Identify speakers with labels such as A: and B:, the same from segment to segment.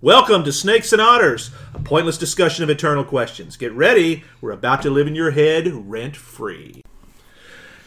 A: Welcome to Snakes and Otters, a pointless discussion of eternal questions. Get ready, we're about to live in your head rent free.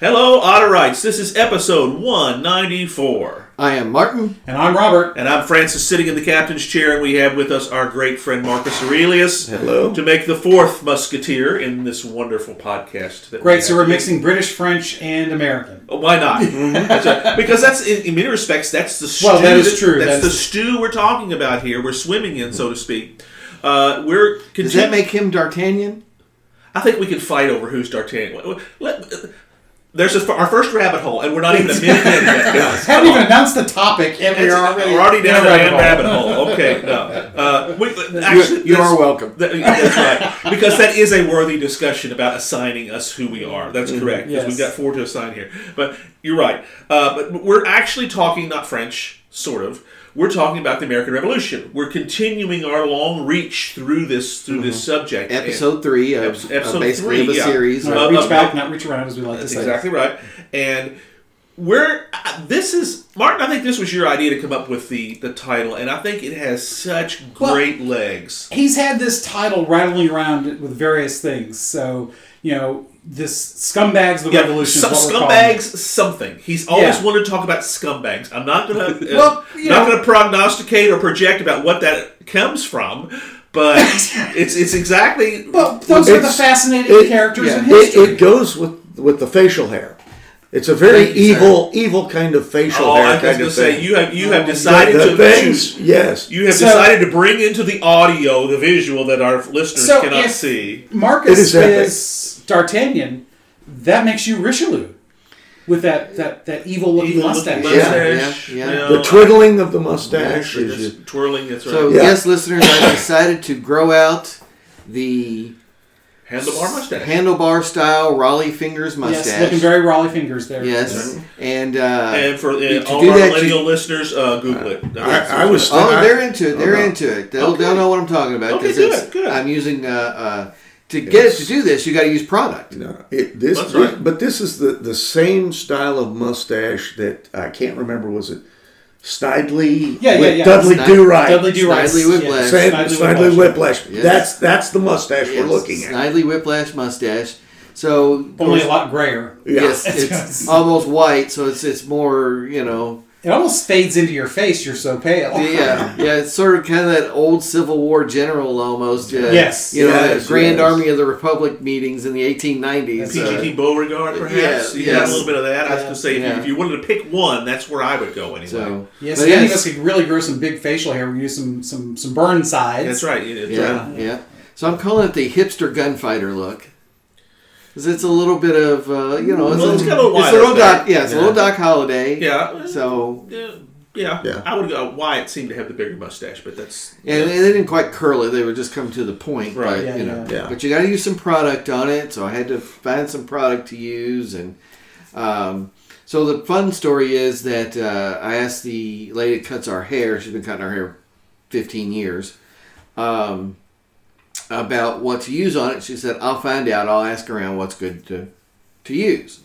A: Hello, Otterites. This is episode 194.
B: I am Martin.
C: And I'm Robert.
A: And I'm Francis sitting in the captain's chair, and we have with us our great friend Marcus Aurelius
B: Hello.
A: to make the fourth musketeer in this wonderful podcast. That we
C: Great, so
A: have.
C: we're mixing British, French, and American.
A: Oh, Why not? That's right. Because that's in, in many respects that's the stew
C: Well, that is true.
A: That's,
C: That's-
A: the stew we're talking about here. We're swimming in, so to speak. Uh, we're
B: Does that
A: continu-
B: make him D'Artagnan?
A: I think we can fight over who's D'Artagnan. Let- there's a, our first rabbit hole, and we're not even a minute in yet. guys.
C: Haven't even announced the topic, and we're already,
A: We're already down
C: in
A: the
C: a
A: damn
C: rabbit
A: rabbit hole. Okay, no. Uh, we,
B: You,
A: actually,
B: you
A: this-
B: are welcome.
A: That- that's right. Because that is a worthy discussion about assigning us who we are. That's
B: Mm-hmm.
A: correct. Because we've
C: Yes.
A: got four to assign here. But you're right. Uh, but we're actually talking not French, sort of. We're talking about the American Revolution. We're continuing our long reach through this through this subject. And-
B: Mm-hmm. Episode three of
A: Eps- episode
B: of basically
A: three,
B: of a
A: yeah.
B: series.
A: Uh,
C: hole. No, reach back, not reach around, as we like to
A: That's
C: say.
A: exactly right. And we're uh, this is Martin. I think this was your idea to come up with the the title, and I think it has such
C: Well-
A: great legs.
C: He's had this title rattling around with various things. So, you know, this scumbags of the revolution.
A: Some
C: is what we're calling
A: scumbags,
C: it.
A: something. He's always
C: Yeah.
A: wanted to talk about scumbags. I'm not gonna, uh,
C: Well, you
A: not
C: know-
A: gonna prognosticate or project about what that comes from, but it's it's exactly.
C: But those are the
D: It's-
C: fascinating
D: it-
C: characters
B: yeah.
C: in
D: It,
C: history.
D: it goes with with the facial hair. It's a very
B: Thank you, sir.
D: evil, evil kind of facial
A: oh,
D: hair.
A: I was
D: kind
A: gonna
D: of
A: say
D: thing.
A: you have you have
C: The-
A: decided
D: the
A: to
D: things,
A: choose-
D: yes.
A: You have
C: So-
A: decided to bring into the audio the visual that our listeners
C: So
A: cannot
C: if-
A: see.
C: Marcus
D: It
C: is,
D: is epic.
C: D'Artagnan. That makes you Richelieu. With that, that, that evil looking
A: Evil
C: mustache.
A: looking
B: Yeah. yeah.
A: you know,
D: the twiddling of the mustache
A: I-
D: is
A: it's twirling. That's right.
B: So
D: Yeah.
B: yes, listeners, I decided to grow out the
A: Handlebar mustache.
B: handlebar style Raleigh fingers mustache.
C: Yes, looking very Raleigh fingers there.
B: Yes, and, uh,
A: and for uh,
B: to
A: all
B: do
A: our
B: that, you-
A: millennial listeners, uh, Google it. That's-
D: I was-
B: oh,
D: I-
B: they're into it. They're
D: Okay.
B: into it. They'll,
A: Okay.
B: they'll know what I'm talking about
A: Okay,
B: because
A: good,
B: it's
A: good.
B: I'm using uh, uh, to get it to
D: It's-
B: do this. You got to use product.
D: no, it, this,
A: That's right.
D: but this is the, the same style of mustache that I can't remember. Was it Snidely?
C: Yeah, yeah,
D: with
C: yeah.
D: Dudley
B: Sni-
D: Do Right.
C: Dudley Do Right.
B: Snidely Whiplash.
D: Same-
C: Snidely
D: Snidely Whiplash.
B: Yes.
D: That's that's the mustache we're
B: Yes,
D: looking at.
B: Snidely Whiplash mustache. So
C: Only a lot grayer.
D: Yeah.
B: Yes, it's almost white, so it's it's more you know.
C: It almost fades into your face. You're so pale.
B: Yeah, yeah, it's sort of kind of that old Civil War general almost. Uh,
C: Yes.
B: you know,
D: Yes,
B: the Grand
D: yes.
B: Army of the Republic meetings in the 1890s. uh,
A: PGT Beauregard, perhaps.
B: yeah,
A: you got
B: yes.
A: a little bit of that. I was going to say, if, you,
B: Yeah.
A: if you wanted to pick one, that's where I would go anyway.
B: Uh, so
C: Yes,
B: but
C: if any of
B: yes,
C: us could really grow some big facial hair. We use some some some burn sides.
A: that's right. it- it's uh,
B: yeah,
A: right.
B: yeah. So I'm calling it the hipster gunfighter look. 'Cause it's a little bit of uh, you know, it's,
A: Well,
B: a,
A: it's got a little
B: it's a little
A: wider
B: Doc, yeah, it's a little
D: Yeah.
B: Doc Holiday.
A: Yeah.
B: So
A: Yeah, yeah.
D: Yeah.
A: I would go. uh, Wyatt seemed to have the bigger mustache, but that's
B: and they they didn't quite curl it; they were just coming to the point.
A: Right.
B: But,
C: Yeah,
B: you know,
C: yeah.
D: Yeah.
B: But you got to use some product on it, so I had to find some product to use. And um, so the fun story is that uh, I asked the lady that cuts our hair, she's been cutting our hair 15 years, um, about what to use on it. She said, I'll find out, I'll ask around what's good to, to use.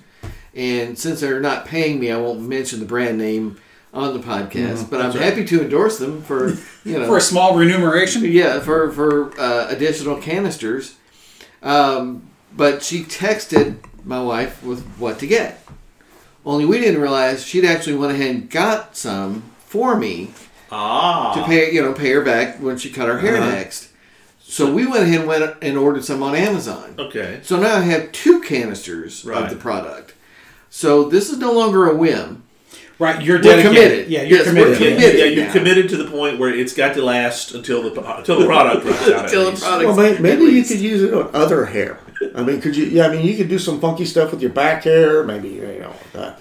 B: And since they're not paying me, I won't mention the brand name on the podcast, but I'm happy to endorse them for, you know,
C: Mm-hmm. For a small remuneration.
B: yeah, for for uh, additional canisters. Um, but she texted my wife with what to get. Only we didn't realize she'd actually went ahead and got some for me
A: ah.
B: to pay you know pay her back when she cut her hair
D: Uh-huh.
B: next. So we went ahead and went and ordered some on Amazon.
A: Okay.
B: So now I have two canisters
A: Right.
B: of the product. So this is no longer a whim.
C: Right. You're
B: We're
C: dedicated.
B: committed.
C: Yeah, you're
B: Yes, we're
C: committed.
A: Yeah,
B: committed.
A: yeah, you're
B: now.
A: committed to the point where it's got to last until the uh, until the product runs out. at
B: Until the
A: least.
B: product-
D: Well, may- maybe
B: At
D: you
B: least.
D: could use it on other hair. I mean, could you? Yeah, I mean, you could do some funky stuff with your back hair. Maybe you know. Uh,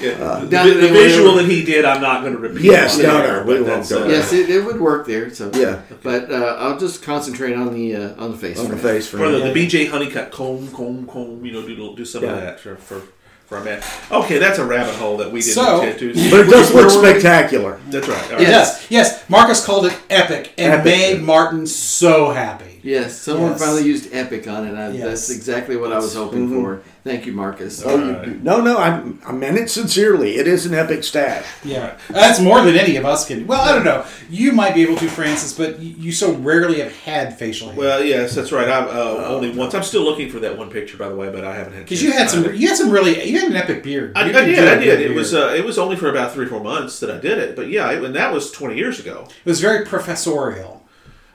A: Yeah, the,
B: Down
A: the
B: to the
A: visual
B: whatever.
A: that he did, I'm not going to repeat.
D: Yes,
A: on
D: no,
A: air,
D: no,
A: but
D: we won't
A: that's,
D: go
A: uh,
D: there.
B: Yes, it, it would work there. So
D: Yeah.
B: but uh, I'll just concentrate on the uh, on the face.
D: on
B: for
D: the
B: now.
D: face for
A: Or the,
D: me.
A: the BJ Honeycutt comb, comb, comb. You know, do do some
D: Yeah.
A: of that for for for our man. Okay, that's a rabbit hole that we didn't
C: So-
A: intend to.
D: But it does
B: Where
D: look
B: were we?
D: spectacular.
A: that's right. all right.
B: Yeah.
C: Yes. Yes. Marcus called it epic and
D: Epic.
C: made Martin so happy.
A: movie.
B: Yes, someone
C: Yes.
B: finally used Epic on it. I,
C: Yes.
B: That's exactly what I was hoping
D: Mhm.
B: for. Thank you, Marcus.
D: Oh, you, no, no, I, I meant it sincerely. It is an epic stash.
C: Yeah, that's more than any of us can. Well, I don't know. You might be able to, Francis, but y- you so rarely have had facial hair.
A: Well, yes, that's right. I'm uh, only once. I'm still looking for that one picture, by the way, but I haven't had.
C: because you had some, you had some really, you had an epic beard.
A: I, I
C: You
A: did.
C: do
A: I
C: a good
A: did. It
C: beard.
A: was. Uh, it was only for about three, four months that I did it. But yeah, it, and that was twenty years ago.
C: it was very professorial.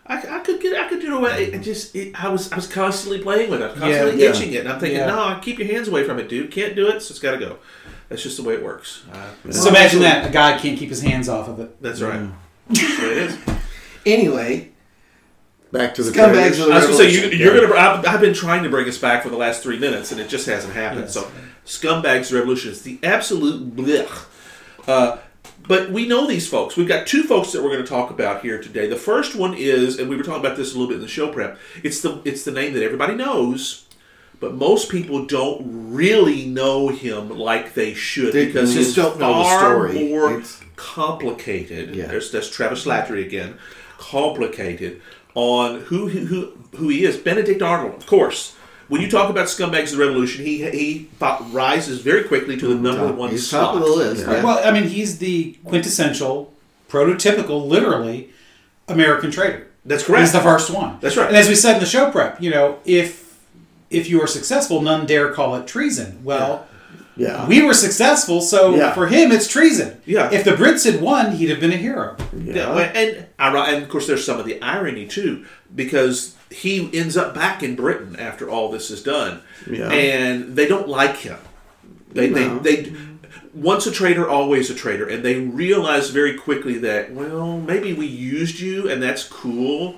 A: I, I could get. I could do it. away- It just. It, I was. I was constantly playing with it. I was constantly
D: Yeah, yeah.
A: itching it, and I'm thinking,
C: Yeah.
A: no, keep your hands away from it, dude. Can't do it, so it's got to go. That's just the way it works. Uh,
C: So imagine that a guy can't keep his hands off of it.
A: that's right. That's the way it is.
B: Anyway,
D: Back to the
B: Scumbags
D: trailers.
B: are the
A: I was going to say
B: revolution.
A: you, you're going to. I've, I've been trying to bring us back for the last three minutes, and it just hasn't happened.
C: Yes.
A: So, scumbags revolution is the absolute blech. Uh, but we know these folks. We've got two folks that we're going to talk about here today. The first one is, and we were talking about this a little bit in the show prep. It's the it's the name that everybody knows, but most people don't really know him like they should
B: They
A: because
B: just
A: it's
B: don't know the
A: far
B: story.
A: more
B: It's-
A: complicated.
B: Yeah.
A: There's that's Travis Slattery again, complicated on who who who- who he is. Benedict Arnold, of course. When you talk about scumbags of the revolution, he he fo- rises very quickly to the number
B: top,
A: one
B: Uh, he's
A: slot.
B: top of the list. yeah.
C: Well, I mean, he's the quintessential, prototypical, literally American trader.
A: That's correct.
C: He's the first one.
A: That's right.
C: And as we said in the show prep, you know, if if you are successful, none dare call it treason. Well,
D: Yeah.
C: we were successful, so
D: Yeah.
C: for him, it's treason.
A: Yeah.
C: If the Brits had won, he'd have been a hero.
A: Yeah, well, and iro- and of course there's some of the irony too because he ends up back in Britain after all this is done,
D: Yeah.
A: and they don't like him. They
D: No.
A: they they once a traitor, always a traitor, and they realize very quickly that well maybe we used you and that's cool,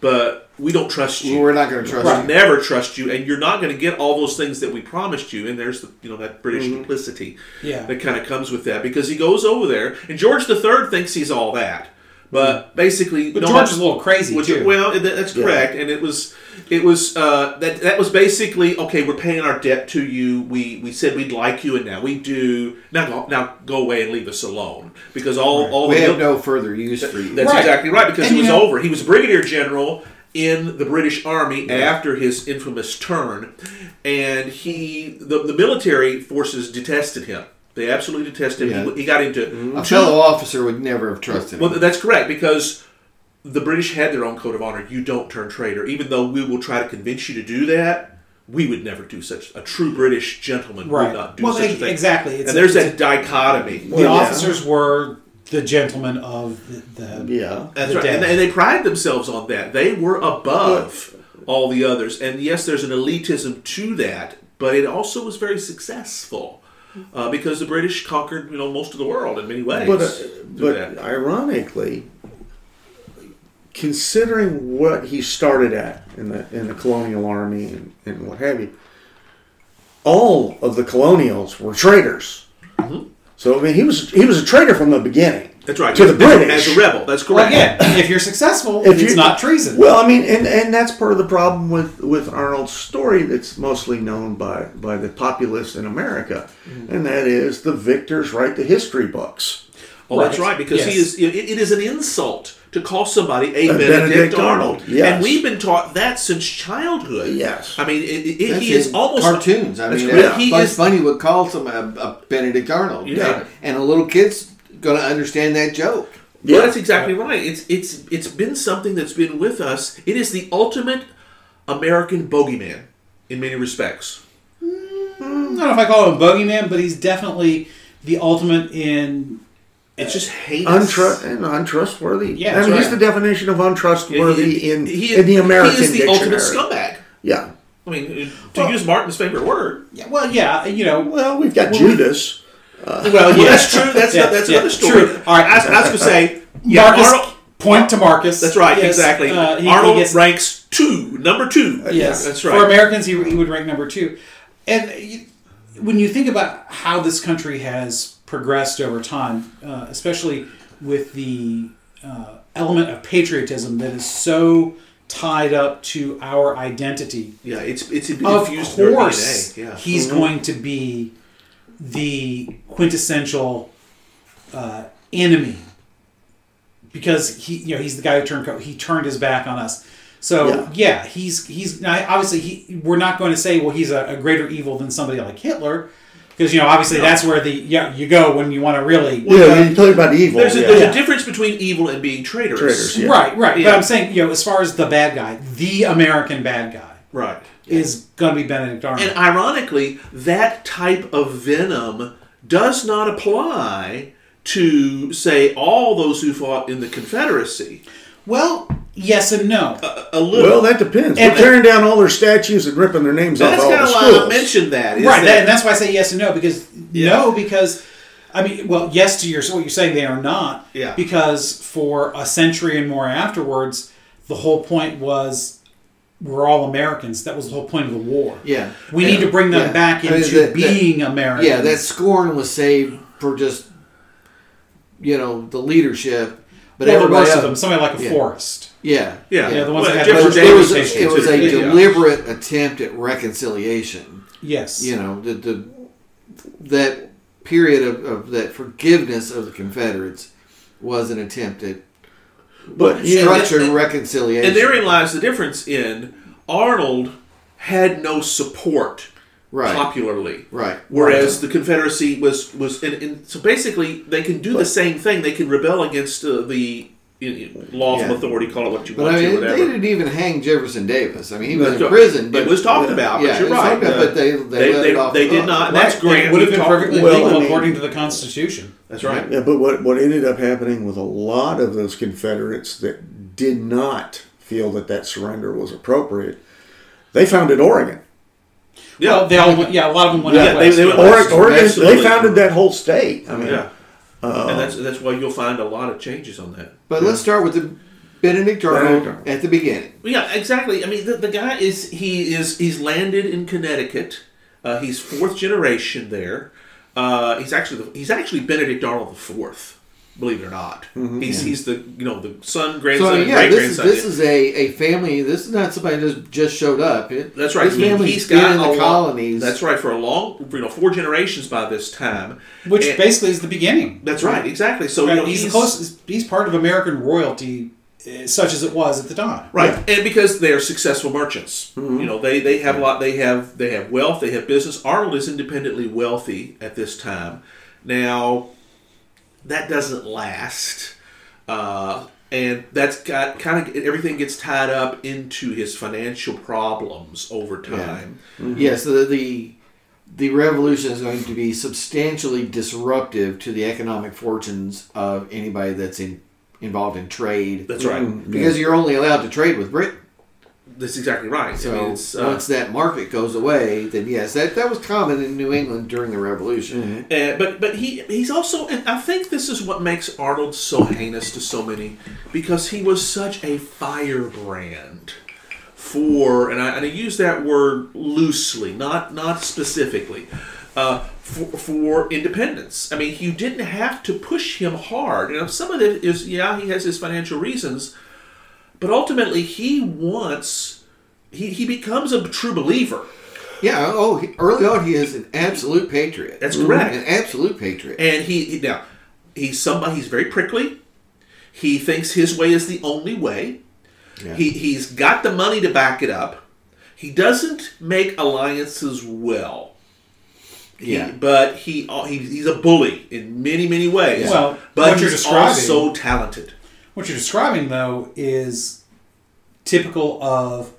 A: but we don't trust you.
B: We're not going to trust
A: We'll
B: you.
A: never trust you, and you're not going to get all those things that we promised you. And there's the you know that British duplicity
C: Mm-hmm. Yeah.
A: that kind of comes with that because he goes over there, and George III thinks he's all that, but basically,
C: Mm-hmm. But
A: no
C: George
A: matter-
C: is a little crazy
A: which-
C: too.
A: Well, and that- that's correct, and it was it was uh, that that was basically okay. We're paying our debt to you. We we said we'd like you, and now we do. Now go, now go away and leave us alone because all all
B: We
A: the
B: have no further use for you.
A: that's
C: Right.
A: exactly right because he
C: And you
A: was
C: know-
A: over. He was brigadier general in the British Army after his infamous turn, and he the, the military forces detested him. They absolutely detested him.
B: Yeah.
A: He, he got into
B: a
A: two-
B: fellow officer would never have trusted
A: Well,
B: him.
A: that's correct because the British had their own code of honor. You don't turn traitor, even though we will try to convince you to do that. We would never do such. A true British gentleman
C: Right.
A: would not do
C: Well,
A: such a
C: e-
A: thing.
C: exactly.
A: and
C: It's a-
A: there's
C: it's
A: that dichotomy.
C: the
D: Well, yeah.
C: officers were the gentlemen of the, the
D: Yeah.
A: That's
C: the
A: right. And,
C: dead.
A: and they pride themselves on that. They were above all the others. And yes, there's an elitism to that, but it also was very successful uh, because the British conquered, you know, most of the world in many ways.
D: But, uh,
A: through
D: but
A: that.
D: ironically, considering what he started at in the in the colonial army and, and what have you, all of the colonials were traitors. So I mean, he was he was a traitor from the beginning.
A: Mm-hmm. that's right.
D: To the British
A: as a rebel. That's
C: Well,
A: correct.
C: again, if you're successful,
D: If
C: it's
D: you-
C: not treason.
D: Well, I mean, and, and that's part of the problem with, with Arnold's story that's mostly known by, by the populace in America,
A: Mm-hmm.
D: and that is the victors write the history books.
A: Oh, that's
C: Right.
A: right. Because he
C: Yes.
A: is. It, it is an insult to call somebody a,
D: A
A: Benedict,
D: Benedict
A: Arnold.
D: Arnold, yes.
A: And we've been taught that since childhood.
D: Yes.
A: I mean, it, it,
B: That's
A: he is
B: in
A: almost
B: cartoons. I
A: That's
B: mean,
A: correct.
B: yeah.
A: He
B: Bugs
A: is-
B: Bunny would call some a, a Benedict Arnold,
A: Yeah.
B: and, and a little kid's going to understand that joke.
A: Well, that's exactly right. It's it's it's been something that's been with us. It is the ultimate American bogeyman in many respects.
C: I don't know if I call him a bogeyman, but he's definitely the ultimate in
A: It's just heinous.
D: Untru- and untrustworthy.
C: Yeah,
D: I
C: that's
D: mean, he's
C: right.
D: the definition of untrustworthy in,
A: he-
D: in the American
A: He is the
D: dictionary.
A: ultimate scumbag.
D: Yeah.
A: I mean, to use Martin's favorite word.
C: Yeah, well, yeah, you know,
D: Well, we've got Judas.
A: Well, yeah, that's true. That's
C: uh, Yeah,
A: that's
C: yeah,
A: another story.
C: true. All right.
A: I, was- I was going to say, yeah,
C: Marcus.
A: Arnold-
C: point to Marcus.
A: that's right.
C: Yes,
A: exactly.
C: uh, he- he
A: Arnold
C: gets- Uh,
A: ranks two, number two.
C: Yes,
A: that's
C: For
A: right.
C: Americans, he, he would rank number two. And you, when you think about how this country has progressed over time, uh, especially with the uh, element of patriotism that is so tied up to our identity,
A: Yeah, it's it's
C: of
A: infused in our
C: course,
A: DNA. Yeah.
C: he's going to be the quintessential uh, enemy because he, you know, he's the guy who turned co- he turned his back on us. So
D: Yeah.
C: yeah, he's he's now, obviously he. We're not going to say well he's a, a greater evil than somebody like Hitler, because you know obviously that's where the yeah you go when you want to really
D: yeah, you talk about evil.
A: There's a,
D: yeah.
A: there's
C: Yeah.
A: a difference between evil and being traitorous.
D: Traitors, yeah.
C: right right.
A: Yeah.
C: But I'm saying you know as far as the bad guy, the American bad guy
A: Right.
C: is going to be Benedict Arnold.
A: And ironically, that type of venom does not apply to, say, all those who fought in the Confederacy.
C: well, yes and no.
A: A, a little.
D: Well, that depends.
C: And-
D: We're tearing down all their statues and ripping their names
A: that's
D: off all
A: kind
D: the
A: of why I
D: schools.
A: mentioned that. Is
C: right, that,
A: That,
C: and that's why I say yes and no because no because I mean well yes to your what you're saying they are not
A: Yeah.
C: because for a century and more afterwards the whole point was we're all Americans that was the whole point of the war
B: Yeah.
C: we need to bring them
B: Yeah.
C: back
B: I mean,
C: into
B: that- that-
C: being Americans
B: Yeah, that scorn was saved for just, you know, the leadership. But
C: but well, the
B: everybody
C: worst of
B: else-
C: them somebody like a
B: yeah.
C: Forrest
B: Yeah.
A: yeah.
C: Yeah, the ones that had
A: Jefferson
B: But
C: those
B: it
A: Davis
B: was, it
A: Station,
B: was
A: too.
B: a
C: Yeah.
B: deliberate attempt at reconciliation.
C: yes
B: You know, the, the that period of, of that forgiveness of the Confederates was an attempt at
D: But you know,
B: structured reconciliation.
A: And therein lies the difference in Arnold had no support
B: Right.
A: popularly.
B: Right.
A: Whereas the Confederacy was was and, and so basically they can do the same thing. They can rebel against uh, the you know, lawful
B: Yeah.
A: authority, call it what you
B: But
A: want
B: I mean,
A: to,
B: they
A: whatever.
B: didn't even hang Jefferson Davis. I mean, he was in
A: So,
B: prison. But
A: it was talked about.
B: Yeah,
A: but you're
B: it was
A: right.
B: talked about,
A: Uh,
B: but they- they let
A: they,
B: it off
A: they
B: the
A: did
B: hook.
A: not. And
B: Right.
A: that's
C: And
A: great.
C: it would have been perfectly
D: Well,
C: legal
D: I mean-
C: according to the Constitution
A: That's right.
D: yeah, but what what ended up happening with a lot of those Confederates that did not feel that that surrender was appropriate, they founded Oregon.
A: Yeah.
C: well they all went, yeah a lot of them went
A: Yeah,
C: out
A: they-
C: west
A: they
C: yeah.
A: went-
D: Oregon, Oregon
A: absolutely.
D: they founded that whole state. I mean,
A: yeah. and that's that's why you'll find a lot of changes on that.
B: But let's start with the Benedict
D: Benedict
B: Arnold
D: Arnold.
B: at the beginning.
A: Yeah, exactly. I mean, the, the guy is he is he's landed in Connecticut. Uh, he's fourth generation there. Uh, he's actually the, he's actually Benedict Arnold the fourth. Believe it or not, he's he's the you know the son,
B: Mm-hmm. So
A: grandson,
B: I mean,
A: and
B: yeah,
A: great
B: this is
A: grandson.
B: this is a, a family. This is not somebody that just showed up. It-
A: That's right.
B: This
A: He-
B: family's
A: he's
B: been
A: got
B: in
A: a
B: the
A: lo-
B: colonies.
A: That's right for a long you know four generations by this time.
C: which
A: And-
C: basically is the beginning
A: that's right exactly. So you
C: Right,
A: know,
C: he's, close. He's part of American royalty, eh, such as it was at the time.
A: Right, and because they are successful merchants, you know they, they have a lot. They have they have wealth. They have business. Arnold is independently wealthy at this time. Now, that doesn't last, uh, and that's got kind of everything gets tied up into his financial problems over time.
B: Yeah, so the, the the revolution is going to be substantially disruptive to the economic fortunes of anybody that's in, involved in trade.
A: That's right.
B: because you're only allowed to trade with Britain.
A: That's exactly right.
B: So
A: I mean, it's, uh,
B: once that market goes away, then yes, that, that was common in New England during the Revolution.
A: Uh, but but he he's also and I think this is what makes Arnold so heinous to so many because he was such a firebrand for and I, and I use that word loosely not not specifically uh, for, for independence I mean you didn't have to push him hard and some of it is yeah he has his financial reasons but ultimately he wants he, he becomes a true believer
B: Yeah. Oh, he, early on, he is an absolute patriot.
A: That's correct.
B: An absolute patriot.
A: And he, he now he's somebody he's very prickly. He thinks his way is the only way. He he's got the money to back it up. He doesn't make alliances well. He-
B: Yeah.
A: but he, uh, he he's a bully in many many ways.
C: Well,
A: but
C: what you're
A: he's
C: describing-
A: also talented.
C: What you're describing, though, is typical of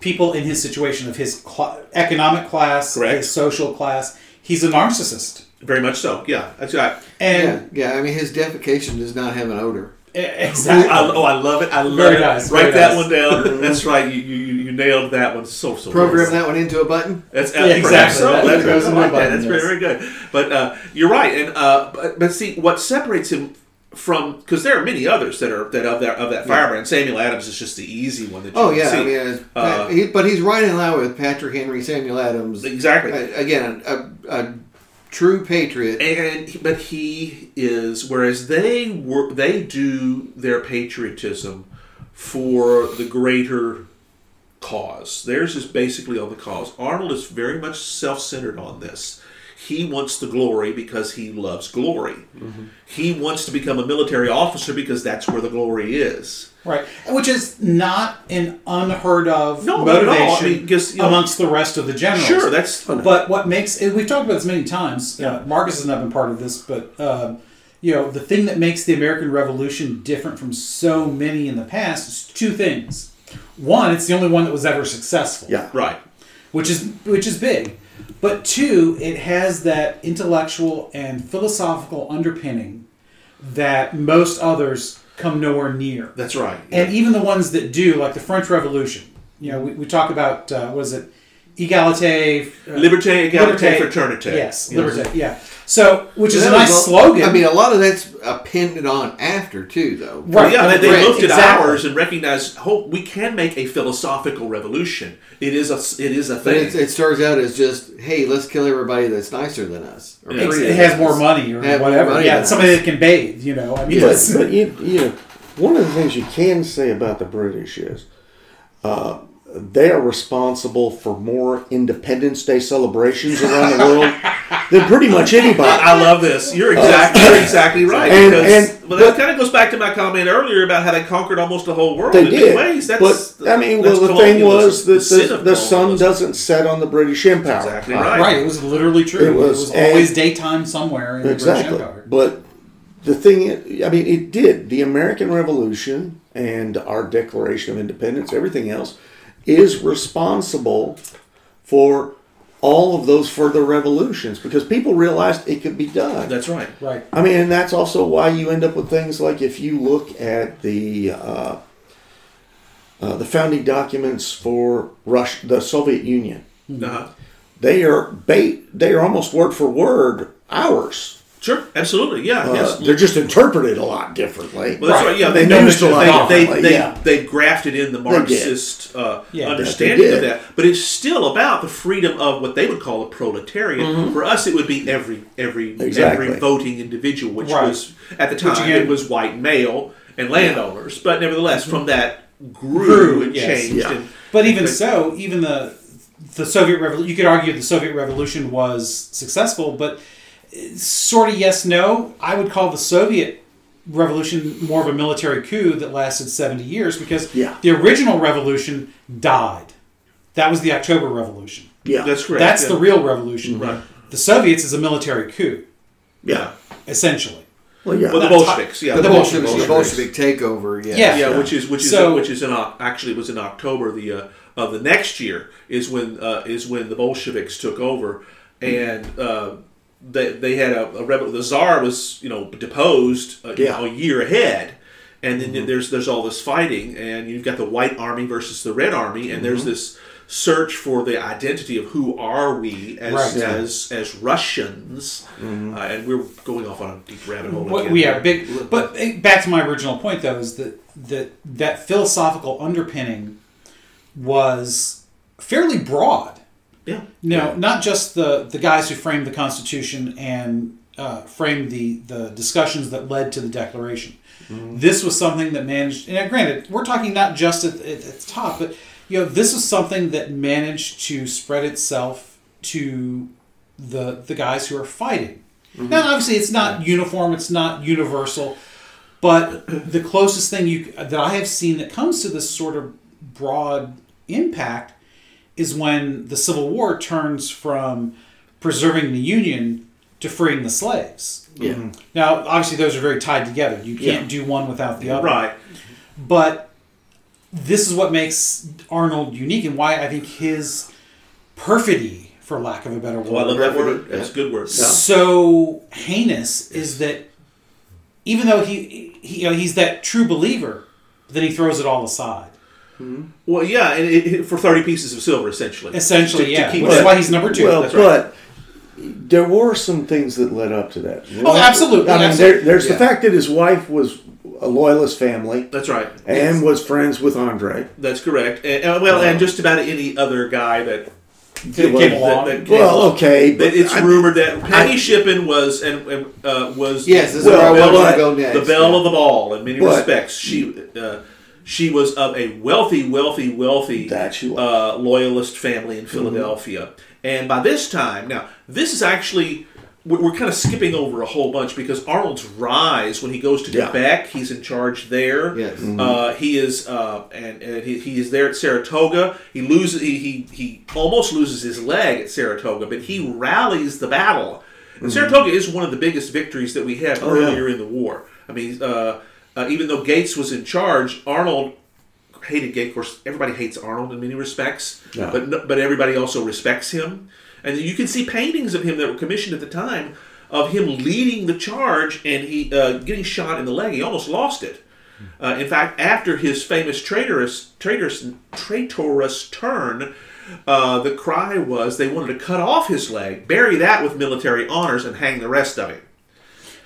C: people in his situation, of his cla economic class,
A: Correct.
C: his social class. He's a narcissist,
A: Very much so. Yeah, that's right.
B: yeah.
C: and
B: Yeah. I mean, his defecation does not have an odor.
C: Eh,
A: Ooh,
C: exactly.
A: I, oh, I love it. I love
C: Very
A: it.
C: nice,
A: Write
C: very
A: that
C: nice.
A: one down. that's right. You, you you nailed that one so so.
B: Program
A: well.
B: that one into a button.
A: That's uh,
C: Yeah, exactly.
A: So,
C: That
A: that's
C: goes
A: I
C: in my
A: like that.
C: button,
A: That's very, very good. But uh, you're right, and uh, but, but see what separates him from because there are many others that are that of that of that firebrand. Samuel Adams is just the easy one that you
B: Oh
A: can
B: yeah.
A: see.
B: I mean, it's-
A: Uh,
B: he, but he's right in line with Patrick Henry, Samuel Adams.
A: exactly.
B: A- Again, a, a true patriot.
A: and but he is whereas they were they do their patriotism for the greater cause theirs is basically on the cause arnold is very much self-centered on this He wants the glory because he loves glory. He wants to become a military officer because that's where the glory is.
C: Right, which is not an unheard of
A: No, not at all. I
C: motivation
A: mean, 'cause, you know-
C: amongst the rest of the generals.
A: Sure, that's
C: But what makes and we've talked about this many times. Uh, Marcus has not been part of this, but um, you know the thing that makes the American Revolution different from so many in the past is two things. One, it's the only one that was ever successful.
D: Yeah.
A: right.
C: which is which is big. But two, it has that intellectual and philosophical underpinning that most others come nowhere near.
A: That's right.
C: And even the ones that do, like the French Revolution, you know, we, we talk about uh, was it egalite, uh,
A: Liberté, égalité, fraternité.
C: Yes,
A: You know?
C: liberté. Yeah. So, which is a
B: That was
C: nice
B: all-
C: slogan.
B: I mean, a lot of that's appended on after too, though.
C: Right.
A: Yeah, they, they
B: Right,
A: looked at
C: exactly.
A: ours and recognized, oh, we can make a philosophical revolution. It is a, it is a
B: But
A: thing.
B: it, it starts out as just, hey, let's kill everybody that's nicer than us. Or
A: Ex-
B: prettier
C: it
B: than
C: has
B: us.
C: more money or
B: Have more
C: whatever.
B: money
C: yeah,
B: than
C: somebody
B: us.
C: that can bathe. You know, I mean,
D: But,
C: it's-
D: but you, you know, one of the things you can say about the British is uh, they are responsible for more Independence Day celebrations around the world than pretty much anybody.
A: I love this. You're exactly you're exactly right.
D: And-
A: because,
D: and-
A: but that
D: but-
A: kind of goes back to my comment earlier about how they conquered almost the whole world. in
D: They
A: many
D: did,
A: ways. That's,
D: but I mean,
A: that's
D: well, the thing
A: colonialism,
D: was that
A: sin
D: the,
A: of
D: the sun
A: colonialism.
D: doesn't set on the British Empire. Uh,
A: Exactly right.
C: right. It was literally true.
D: It
C: It was,
D: was, and-
C: always daytime somewhere in the British
D: Exactly.
C: Empire.
D: But the thing, i- I mean, it did. The American Revolution and our Declaration of Independence, everything else, is responsible for all of those further revolutions because people realized it could be done.
A: That's right.
C: Right.
D: I mean, and that's also why you end up with things like if you look at the uh, uh, the founding documents for Russia, the Soviet Union,
A: Uh-huh.
D: they are ba- they are almost word for word ours.
A: Sure, absolutely. Yeah.
D: Uh,
A: yes.
D: they're just interpreted a lot differently.
A: Well, that's right. Yeah,
D: They
A: they
D: noticed a lot
A: They they,
D: differently,
A: they,
D: yeah.
A: they grafted in the Marxist uh,
C: Yeah.
A: understanding
D: They
A: of
D: did.
A: that, but it's still about the freedom of what they would call a proletariat. For us, it would be every every
D: Exactly.
A: every voting individual, which
C: Right.
A: was at the time
C: again-
A: it was white male and landowners, but nevertheless, from that grew,
C: Grew,
A: and
C: yes.
A: changed.
D: Yeah.
A: And,
C: But even so, even the the Soviet revolution, you could argue the Soviet revolution was successful, but sort of yes, no. I would call the Soviet revolution more of a military coup that lasted seventy years because
D: Yeah.
C: the original revolution died. That was the October Revolution.
D: yeah,
A: that's correct.
C: That's
A: yeah.
C: the real revolution.
A: Right.
C: The Soviets is a military coup,
D: yeah.
C: essentially.
D: Well, yeah.
A: Well, the
C: That's-
A: Bolsheviks, yeah,
B: The,
C: The
B: Bolshevik,
C: Bolsheviks.
B: the Bolshevik takeover. Yeah.
C: Yeah.
A: yeah, which is which is
C: So-
A: which is in Oc- actually was in October the uh, of the next year is when uh, is when the Bolsheviks took over and uh, they they had a, a rebel the Tsar was you know deposed uh, you
D: Yeah.
A: know, a year ahead and then
C: Mm-hmm.
A: there's there's all this fighting and you've got the White Army versus the Red Army and
C: Mm-hmm.
A: there's this search for the identity of who are we as
C: Right. Yeah. Mm-hmm.
A: as as Russians uh, and we're going off on a deep rabbit hole
C: What,
A: again.
C: we are big, but uh, back to my original point though is that that that philosophical underpinning was fairly broad.
A: yeah
C: No, not just the the guys who framed the Constitution and uh, framed the the discussions that led to the Declaration. This was something that managed. And granted, we're talking not just at, at, at the top, but you know, this was something that managed to spread itself to the the guys who are fighting. Now, obviously, it's not uniform. It's not universal. But the closest thing you that I have seen that comes to this sort of broad impact is when the Civil War turns from preserving the Union to freeing the slaves.
B: Yeah.
C: Now, obviously, those are very tied together. You can't do one without the other.
A: right
C: But this is what makes Arnold unique and why I think his perfidy, for lack of a better word,
A: well Oh, I love that word
B: Perfect.
A: that's a good word
C: so heinous is that even though he, he you know, he's that true believer, then he throws it all aside.
A: Well, yeah, and it, it- for thirty pieces of silver, essentially.
C: Essentially,
A: To- to
C: yeah.
A: keep
C: which is
A: it-
C: why he's number two.
D: well,
A: that's right.
D: but there were some things that led up to that.
C: Oh, absolutely,
D: I mean,
C: absolutely.
D: There, there's
B: Yeah.
D: the fact that his wife was a loyalist family
A: That's right.
D: and was friends with Andre.
A: That's correct. And, and- well, and just about any other guy that
C: Came
A: that-
C: along.
A: that- that-
D: Well, okay,
A: that
D: but
A: it's
D: I-
A: rumored that Patty Shippen was and, and uh, was
B: Yes, this is
D: Well,
B: where I
A: the
B: wanted
A: belle,
B: to go
A: the
B: next.
A: belle of the ball in many
D: But-
A: respects. She uh, She was of a wealthy, wealthy, wealthy
D: That she was.
A: uh, loyalist family
D: Mm-hmm.
A: in Philadelphia. And by this time, now, this is actually, we're, we're kind of skipping over a whole bunch because Arnold's rise, when he goes to
D: Yeah. Mm-hmm.
A: Quebec, he's in charge there.
B: Yes.
A: Uh, he is, uh, and, and he, he is there at Saratoga. He loses, he, he, he almost loses his leg at Saratoga, but he rallies the battle. And Saratoga is one of the biggest victories that we had
D: Mm-hmm. Oh, yeah.
A: earlier in the war. I mean, uh, uh, even though Gates was in charge, Arnold hated Gates. Of course, everybody hates Arnold in many respects,
D: Yeah.
A: but no, but everybody also respects him. And you can see paintings of him that were commissioned at the time of him leading the charge and he uh, getting shot in the leg. He almost lost it. Uh, in fact, after his famous traitorous, traitorous, traitorous turn, uh, the cry was they wanted to cut off his leg, bury that with military honors, and hang the rest of it.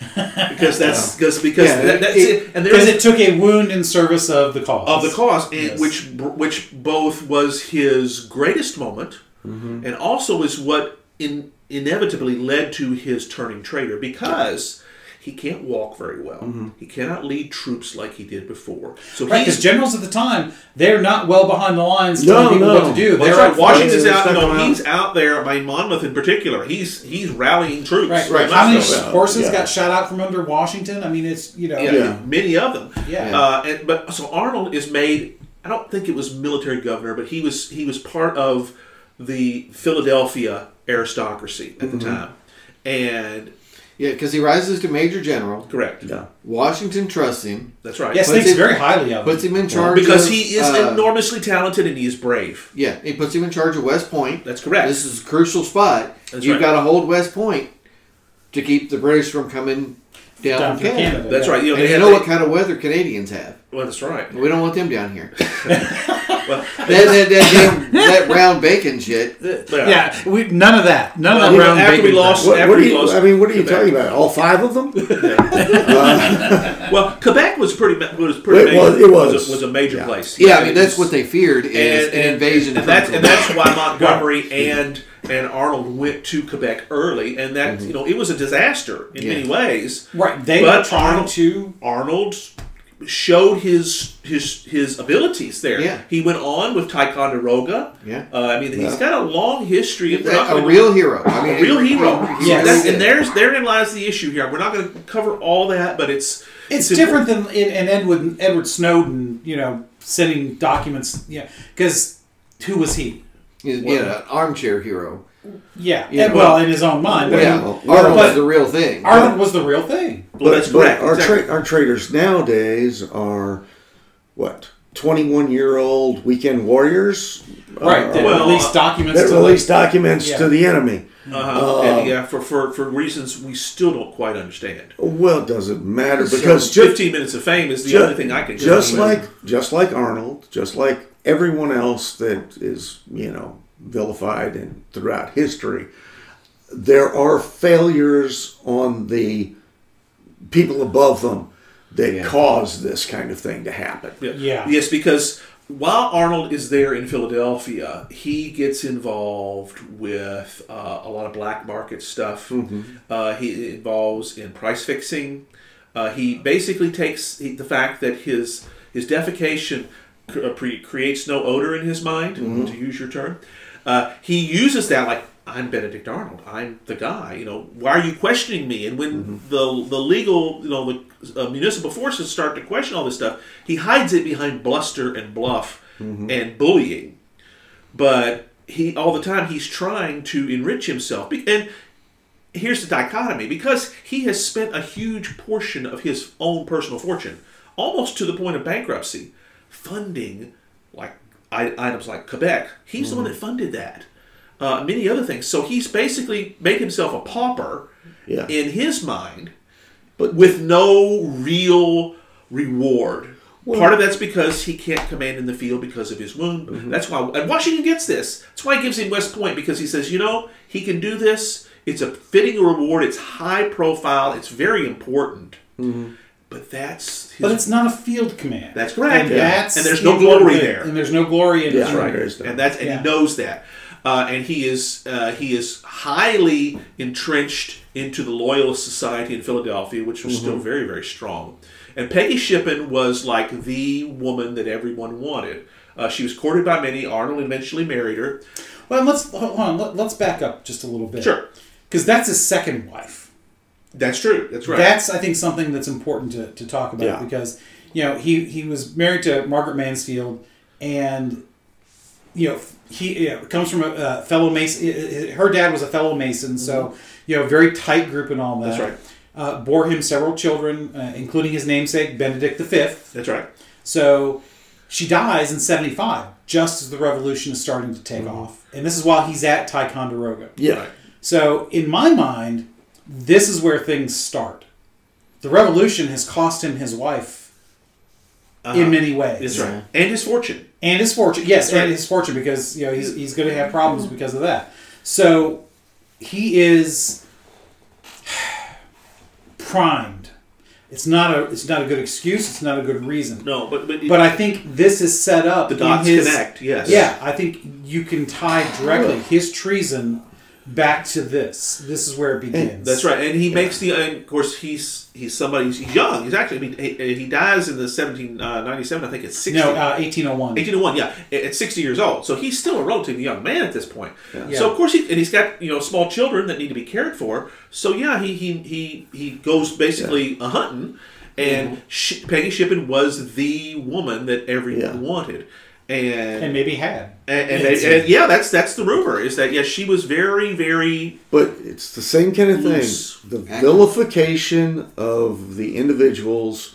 A: Because that's because because
B: Yeah,
A: that, that's
B: it-
A: it. And there
C: Because
A: is
C: it took a wound in service of the cause.
A: of the cause, and
C: Yes.
A: which which both was his greatest moment,
C: Mm-hmm.
A: and also is what in, inevitably led to his turning traitor because he can't walk very well. He cannot lead troops like he did before. So
C: Mm-hmm. Right,
A: he's
C: because generals at the time, they're not well behind the lines telling
D: No,
C: people
D: no.
C: what to do.
A: Well,
C: They're
A: that's right.
C: out
A: Washington's
D: fighting,
A: out.
D: they're
A: No,
D: stuck around.
A: he's out there. I mean, Monmouth in particular. He's he's rallying troops.
C: Right,
B: Right,
C: How many
B: so,
D: uh,
C: horses
D: yeah.
C: got shot out from under Washington? I mean, it's you know,
A: Yeah,
D: Yeah.
A: many of them.
C: Yeah.
A: Uh, and, but so Arnold is made. I don't think it was military governor, but he was he was part of the Philadelphia aristocracy
D: Mm-hmm.
A: at the time, and
B: Yeah, because he rises to major general.
A: correct.
D: Yeah.
B: Washington trusts him,
A: That's right.
C: yes,
B: Puts
C: thinks
B: it-
C: very highly of
B: puts
C: it.
B: him in charge
A: because
B: of,
A: he is
B: uh,
A: enormously talented and he is brave.
B: Yeah, he puts him in charge of West Point.
A: That's correct.
B: This is a crucial spot.
A: That's
B: You've
A: right.
B: got to hold West Point to keep the British from coming down,
C: Down
B: from
C: from
B: Canada.
C: Canada.
A: That's
C: Yeah.
A: right. You know,
B: And
A: they
B: you
A: had
B: know
A: the-
B: what kind of weather Canadians have.
A: Well, that's right.
B: We don't want them down here. that,
A: Well,
B: that, that, damn- that round bacon shit.
C: Yeah, we, none of that. None
A: Well,
C: of that
A: you know,
C: round
A: after we
C: bacon
A: lost-
C: crap.
D: What,
A: After
D: what are
A: he
D: you,
A: lost
D: I mean, what are you
A: Quebec.
D: talking about? All five of them? Uh,
A: Well, Quebec was pretty. ma- Was pretty.
D: It
A: major,
D: was- it was.
A: a, was a major
D: Yeah.
A: place.
B: Yeah, I
A: It
B: mean that's
A: was-
B: what they feared is
A: and,
B: an
A: and-
B: invasion.
A: and
B: from
A: that's and
B: Quebec.
A: that's why Montgomery and and Arnold went to Quebec early, and that you know it was a disaster in
B: Mm-hmm. Yeah.
A: many ways.
C: Right, they
A: But
C: were trying
A: Arnold-
C: to.
A: Arnold showed his his his abilities there.
B: Yeah.
A: he went on with Ticonderoga.
B: Yeah.
A: uh, I mean he's got a long history. of
B: That- a real hero. I mean,
A: a real hero.
C: Yes.
A: That's- and there's therein lies the issue here. We're not going to cover all that, but it's
C: It's
A: important.
C: different than in, in Edward Edward Snowden, you know, sending documents. Yeah, because who was he?
B: He's, yeah, an armchair hero.
C: Yeah,
B: Yeah,
C: and, well,
B: well-
C: in his own mind. But
B: Yeah,
D: well,
B: Arnold
C: but-
B: is the real thing.
C: Arnold was the real thing.
A: Well, that's correct.
D: our,
A: exactly.
D: tra- our traders nowadays are what twenty-one year old weekend warriors,
C: Right, that
A: well,
C: released
A: uh,
C: documents
D: that
C: to
D: release documents
C: Yeah.
D: to the enemy.
A: Uh-huh.
B: uh,
A: and, yeah, for, for for reasons we still don't quite understand.
D: Well, it doesn't matter
B: So,
D: because ju-
A: 15 minutes of fame uh, is the
D: ju-
A: only thing I can
D: just
A: think of.
D: like just like Arnold, just like everyone else that is you know vilified and throughout history, there are failures on the people above them that cause this kind of thing to happen.
C: Yeah.
A: Yes, because while Arnold is there in Philadelphia, he gets involved with uh, a lot of black market stuff.
D: Mm-hmm.
A: Uh, he involves in price fixing. Uh, he basically takes he, the fact that his his defecation cr- uh, pre- creates no odor in his mind,
D: Mm-hmm.
A: to use your term. Uh, he uses that like I'm Benedict Arnold. I'm the guy. You know, why are you questioning me? And when the the legal, you know, the uh, municipal forces start to question all this stuff, he hides it behind bluster and bluff and bullying. But he all the time he's trying to enrich himself. Be- And here's the dichotomy because he has spent a huge portion of his own personal fortune, almost to the point of bankruptcy, funding like i- items like Quebec. He's the one that funded that. Uh, many other things. So he's basically made himself a pauper
D: Yeah.
A: in his mind,
D: But-
A: with no real reward. Part of that's because he can't command in the field because of his wound. That's why, and Washington gets this. That's why he gives him West Point because he says, you know, he can do this. It's a fitting reward. It's high profile. It's very important. But that's his,
C: But it's not a field command.
A: That's correct.
C: And,
A: Yeah.
C: that's
A: And there's no
C: the important
A: glory
C: thing.
A: there.
C: And there's no glory in
D: Yeah,
C: doing
D: right.
C: it.
D: There's no-
A: and that's and
C: Yeah.
A: he knows that. uh, and he is uh, he is highly entrenched into the Loyalist Society in Philadelphia, which was
C: Mm-hmm.
A: still very very strong. And Peggy Shippen was like the woman that everyone wanted. Uh, she was courted by many. Arnold eventually married her.
C: Well, let's hold on. Let, let's back up just a little bit.
A: Sure.
C: Because that's his second wife.
A: That's true. That's right.
C: That's I think something that's important to, to talk about
D: Yeah.
C: because you know he he was married to Margaret Mansfield and you know he you know, comes from a, uh fellow Mason. Her dad was a fellow Mason, so you know very tight group and all that.
A: Mm-hmm. That's right.
C: Uh, bore him several children, uh, including his namesake Benedict V.
A: That's right.
C: So she dies in 75, just as the revolution is starting to
A: Mm-hmm.
C: take off. And this is while he's at Ticonderoga.
D: Yeah.
C: So, in my mind, this is where things start. The revolution has cost him his wife in many ways.
A: That's right. And his fortune.
C: And his fortune. Yes,
A: right.
C: and his fortune because, you know, he's, he's going to have problems because of that. So, he is primed. It's not a it's not a good excuse, it's not a good reason.
A: No, but but,
C: But I think this is set up.
A: the dots
C: in his,
A: connect. Yes.
C: Yeah, I think you can tie directly his treason back to this. This is where it begins.
A: That's right, and he makes the. And of course, he's he's somebody. He's young. He's actually. I mean, he, he dies in the seventeen uh, ninety seven. I think it's sixty.
C: No, uh, 1801.
A: Eighteen to one, yeah, at at sixty years old, so he's still a relatively young man at this point.
C: Yeah.
A: So of course, he and he's got you know small children that need to be cared for. So yeah, he he he, he goes basically a hunting, and Sh- Peggy Shippen was the woman that everyone
D: Yeah.
A: wanted, and
C: and
A: and,
C: maybe had.
A: and, they- and yeah, that's that's the rumor is that yeah, she was very very
D: But it's the same kind of thing.
A: Loose.
D: The vilification of the individuals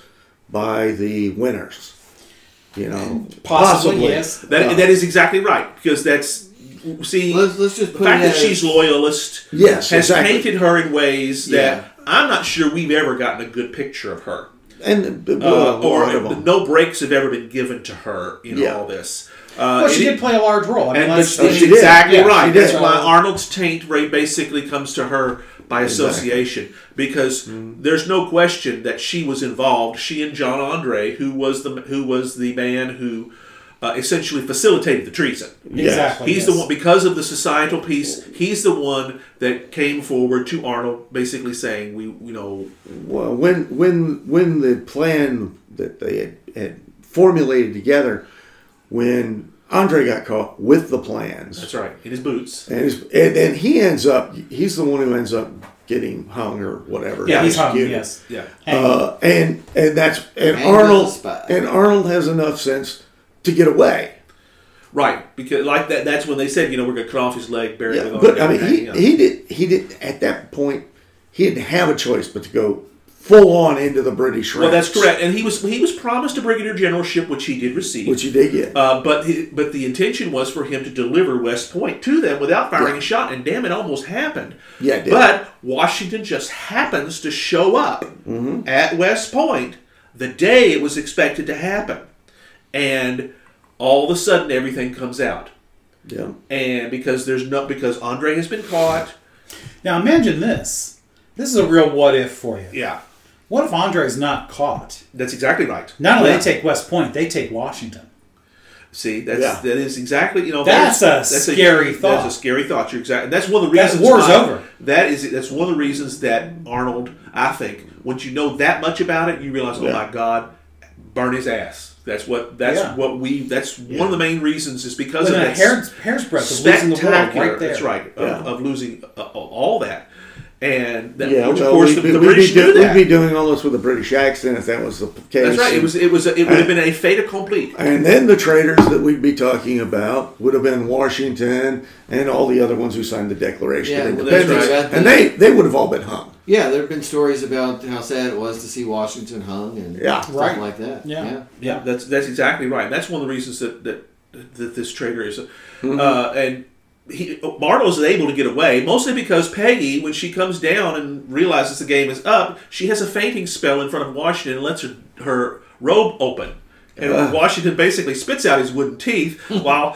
D: by the winners. You know,
C: Possibly, yes.
A: That,
D: Uh,
A: that is exactly right because that's see
B: Let's- let's just
A: the
B: put
A: fact
B: it
A: that
B: as-
A: she's loyalist
D: Yes,
A: has
D: exactly.
A: painted her in ways that
B: Yeah.
A: I'm not sure we've ever gotten a good picture of her
D: and
C: Oh,
D: uh,
A: uh,
D: well, a lot of
A: or
D: them.
A: no breaks have ever been given to her in
D: Yeah.
A: all this. Uh,
C: Well, she
A: and
C: did
A: it-
C: play a large role. I mean,
A: and
C: let's-
A: that's, that's
D: she did.
A: exactly
C: Yeah, she
A: right.
C: did.
A: That's why
C: Uh,
A: Arnold's taint ra- basically comes to her by association because
C: Mm-hmm.
A: there's no question that she was involved. She and John Andre, who was the who was the man who uh, essentially facilitated the treason.
C: Exactly.
A: He's
C: yes.
A: the one because of the societal piece. He's the one that came forward to Arnold, basically saying, "We, you know,
D: Well, when when when the plan that they had, had formulated together, when Andre got caught with the plans,
A: that's right in his boots."
D: and, his, and and he ends up, he's the one who ends up getting hung or whatever.
C: Yeah, he's hung.
D: executed.
C: Yes.
A: Yeah,
C: Hanged.
D: Uh, and and that's and
B: And
D: Arnold
B: with a spy.
D: and Arnold has enough sense to get away.
A: right. Because like that, that's when they said, you know, we're going to cut off his leg, bury
D: Yeah,
A: him.
D: but I mean, he,
A: yeah.
D: he did he did at that point he didn't have a choice but to go full on into the British.
A: well, that's
D: ranks,
A: correct. And he was he was promised a brigadier generalship, which he did receive.
D: Which he did get.
A: uh, but he, but the intention was for him to deliver West Point to them without firing a shot, and damn, it almost happened.
D: Yeah, it did.
A: But Washington just happens to show up
D: Mm-hmm.
A: at West Point the day it was expected to happen, and all of a sudden everything comes out,
D: yeah.
A: and because there's no because Andre has been caught.
C: now imagine this. This is a real what if for you.
A: Yeah,
C: What if Andre's not caught?
A: that's exactly right.
C: Not only
D: Yeah.
C: they take West Point, they take Washington.
A: See, that's
D: Yeah.
A: that is exactly you know
C: That's
A: there's-
C: a scary thought.
A: That's a scary thought. You're exactly. That's one of the
C: That
A: reasons.
C: war's
A: why-
C: over.
A: That is that's one of the reasons that Arnold. I think once you know that much about it, you realize, oh
D: Yeah.
A: my God, burn his ass. That's what. That's
C: Yeah.
A: what we. That's one of the main reasons is because
C: Within
A: of
C: a
A: that
C: hair's, hair's breadth of losing the
A: spectacular.
C: world right there.
A: That's right. Of,
D: Yeah.
A: of losing uh, all that, and that,
D: Yeah,
A: which
D: well,
A: of course
D: we'd
A: the,
D: be-
A: the
D: we'd be
A: British
D: do-
A: knew that.
D: We'd be doing all this with a British accent if that was the case.
A: that's right. It was. It was. A, it would have been a fait accompli.
D: And then the traitors that we'd be talking about would have been Washington and all the other ones who signed the Declaration
B: Yeah,
D: of
B: well, that's
D: Independence,
B: right.
D: and they they would have all been hung.
B: Yeah, there have been stories about how sad it was to see Washington hung and
D: Yeah.
B: stuff
C: Right.
B: like that.
C: Yeah.
A: Yeah, that's that's exactly right. That's one of the reasons that that, that this traitor is, uh,
C: Mm-hmm.
A: and he Marlo's able to get away mostly because Peggy, when she comes down and realizes the game is up, she has a fainting spell in front of Washington and lets her her robe open, and
C: Ah.
A: Washington basically spits out his wooden teeth while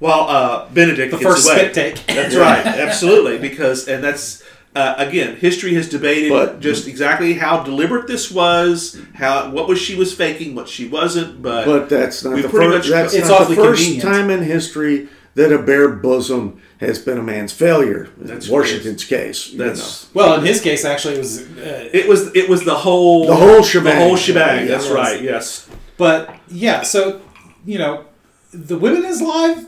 A: while uh, Benedict
C: The
A: gets
C: first
A: away.
C: spit take.
A: That's right, absolutely. Because and that's uh, again, history has debated
D: But-
A: just exactly how deliberate this was, how what was she was faking, what she wasn't. But,
D: But that's not
A: We
D: the
A: pretty
D: first.
A: much-
D: that's
C: It's
D: not the
C: awfully
D: first
C: convenient.
D: time in history that a bare bosom has been a man's failure. In
A: That's
D: Washington's case. you
A: That's
C: Well, in his case, actually, it was. Uh,
A: it was it was the whole
D: The whole shebang.
A: The whole shebang.
D: Yeah,
A: That's
C: yeah.
A: right. Yes.
C: but yeah, so you know, the women is live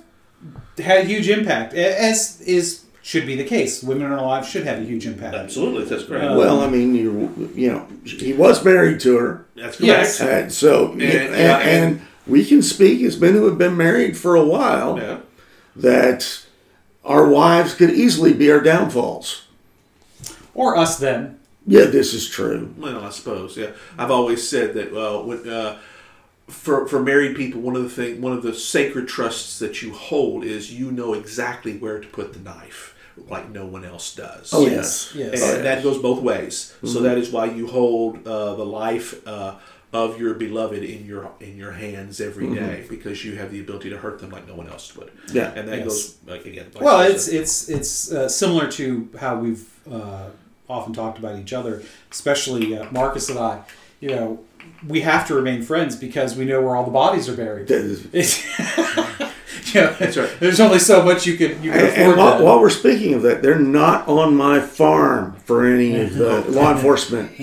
C: had a huge impact, a- as is should be the case. Women are alive should have a huge impact.
A: Absolutely. That's correct.
D: know. well, I mean, you you know, he was married to her,
A: that's correct.
C: yes.
D: and so and, and,
A: yeah, and-
D: and we can speak as men who have been married for a while
A: Yeah.
D: that our wives could easily be our downfalls.
C: Or us then.
D: Yeah, this is true.
A: Well, I suppose. Yeah. I've always said that. Well, when, uh, for for married people, one of the thing, one of the sacred trusts that you hold is you know exactly where to put the knife, like no one else does.
D: Oh,
C: Yes,
D: yeah.
C: yes. Mm-hmm.
A: and that goes both ways. So that is why you hold uh, the life uh, of your beloved in your in your hands
C: Mm-hmm.
A: every day, because you have the ability to hurt them like no one else would.
D: Yeah.
A: and that
C: Yes.
A: goes like, again. vice
C: Well,
A: versa.
C: it's it's it's uh, similar to how we've uh, often talked about each other, especially uh, Marcus and I. You know, we have to remain friends because we know where all the bodies are buried.
D: That is-
C: yeah,
A: right.
C: There's only so much you can you can
D: And, and
C: afford.
D: while,
C: then.
D: while we're speaking of that, they're not on my farm for any of the law enforcement. Uh,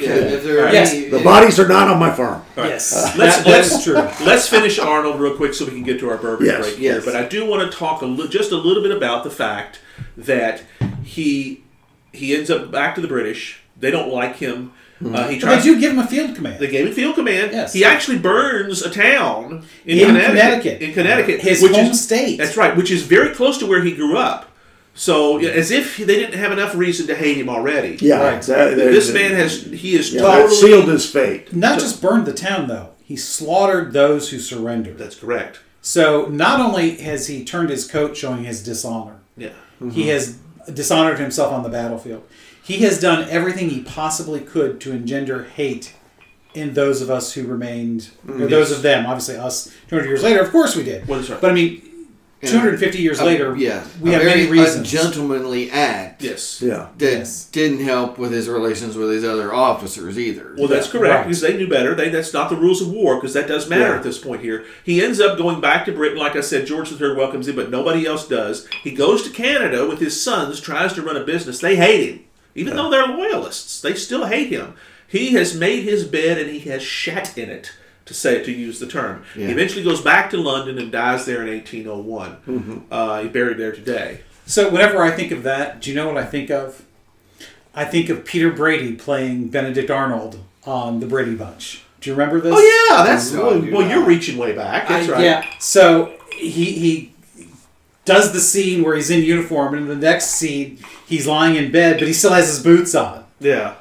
B: Yeah, if there are
C: Yes.
B: any, uh,
D: the bodies are not on my farm.
A: Let's-
C: yes, that, that's
A: let's-
C: true.
A: Let's finish Arnold real quick so we can get to our bourbon
D: Yes,
A: break here.
B: yes.
A: But I do want to talk a li- just a little bit about the fact that he he ends up back to the British. They don't like him. Uh, he
C: But
A: tries.
C: they do give him a field command.
A: They gave him field command.
C: Hmm. Yes.
A: He actually burns a town in,
C: In
A: Connecticut,
C: Connecticut.
A: In Connecticut,
C: His
A: which
C: home
A: is,
C: state.
A: That's right, which is very close to where he grew up. So yeah, as if they didn't have enough reason to hate him already.
D: Yeah,
C: Right.
D: that- that-
A: This man has he is
D: yeah, that
A: totally
D: sealed his fate.
C: Not just burned the town though; he slaughtered those who surrendered.
A: That's correct.
C: So not only has he turned his coat, showing his dishonor,
A: Yeah.
B: Mm-hmm.
C: he has dishonored himself on the battlefield. He has done everything he possibly could to engender hate in those of us who remained,
B: Mm,
C: or those of them. Obviously, us 200 years later, of course we did.
A: Well, that's right.
C: But I mean, 250 years later,
B: yeah,
C: we
B: a
C: have
B: very
C: many reasons.
B: Gentlemanly act.
A: Yes.
D: Yeah.
B: That
C: Yes.
B: didn't help with his relations with his other officers either.
A: Well, that's correct
C: Right.
A: because they knew better. They, that's not the rules of war because that does matter
D: Yeah.
A: at this point here. He ends up going back to Britain. Like I said, George III welcomes him, but nobody else does. He goes to Canada with his sons, tries to run a business. They hate him. Even though they're loyalists, they still hate him. He has made his bed and he has shat in it, to say to use the term. He
B: Yeah.
A: eventually goes back to London and dies there in 1801. Uh, he's buried there today.
C: So whenever I think of that, do you know what I think of? I think of Peter Brady playing Benedict Arnold on The Brady Bunch. Do you remember this?
A: Oh yeah, that's
B: No, I
A: well,
B: do
A: well,
B: not.
A: you're reaching way back. That's
C: I-
A: right.
C: Yeah. So he he does the scene where he's in uniform, and in the next scene he's lying in bed, but he still has his boots on.
A: yeah.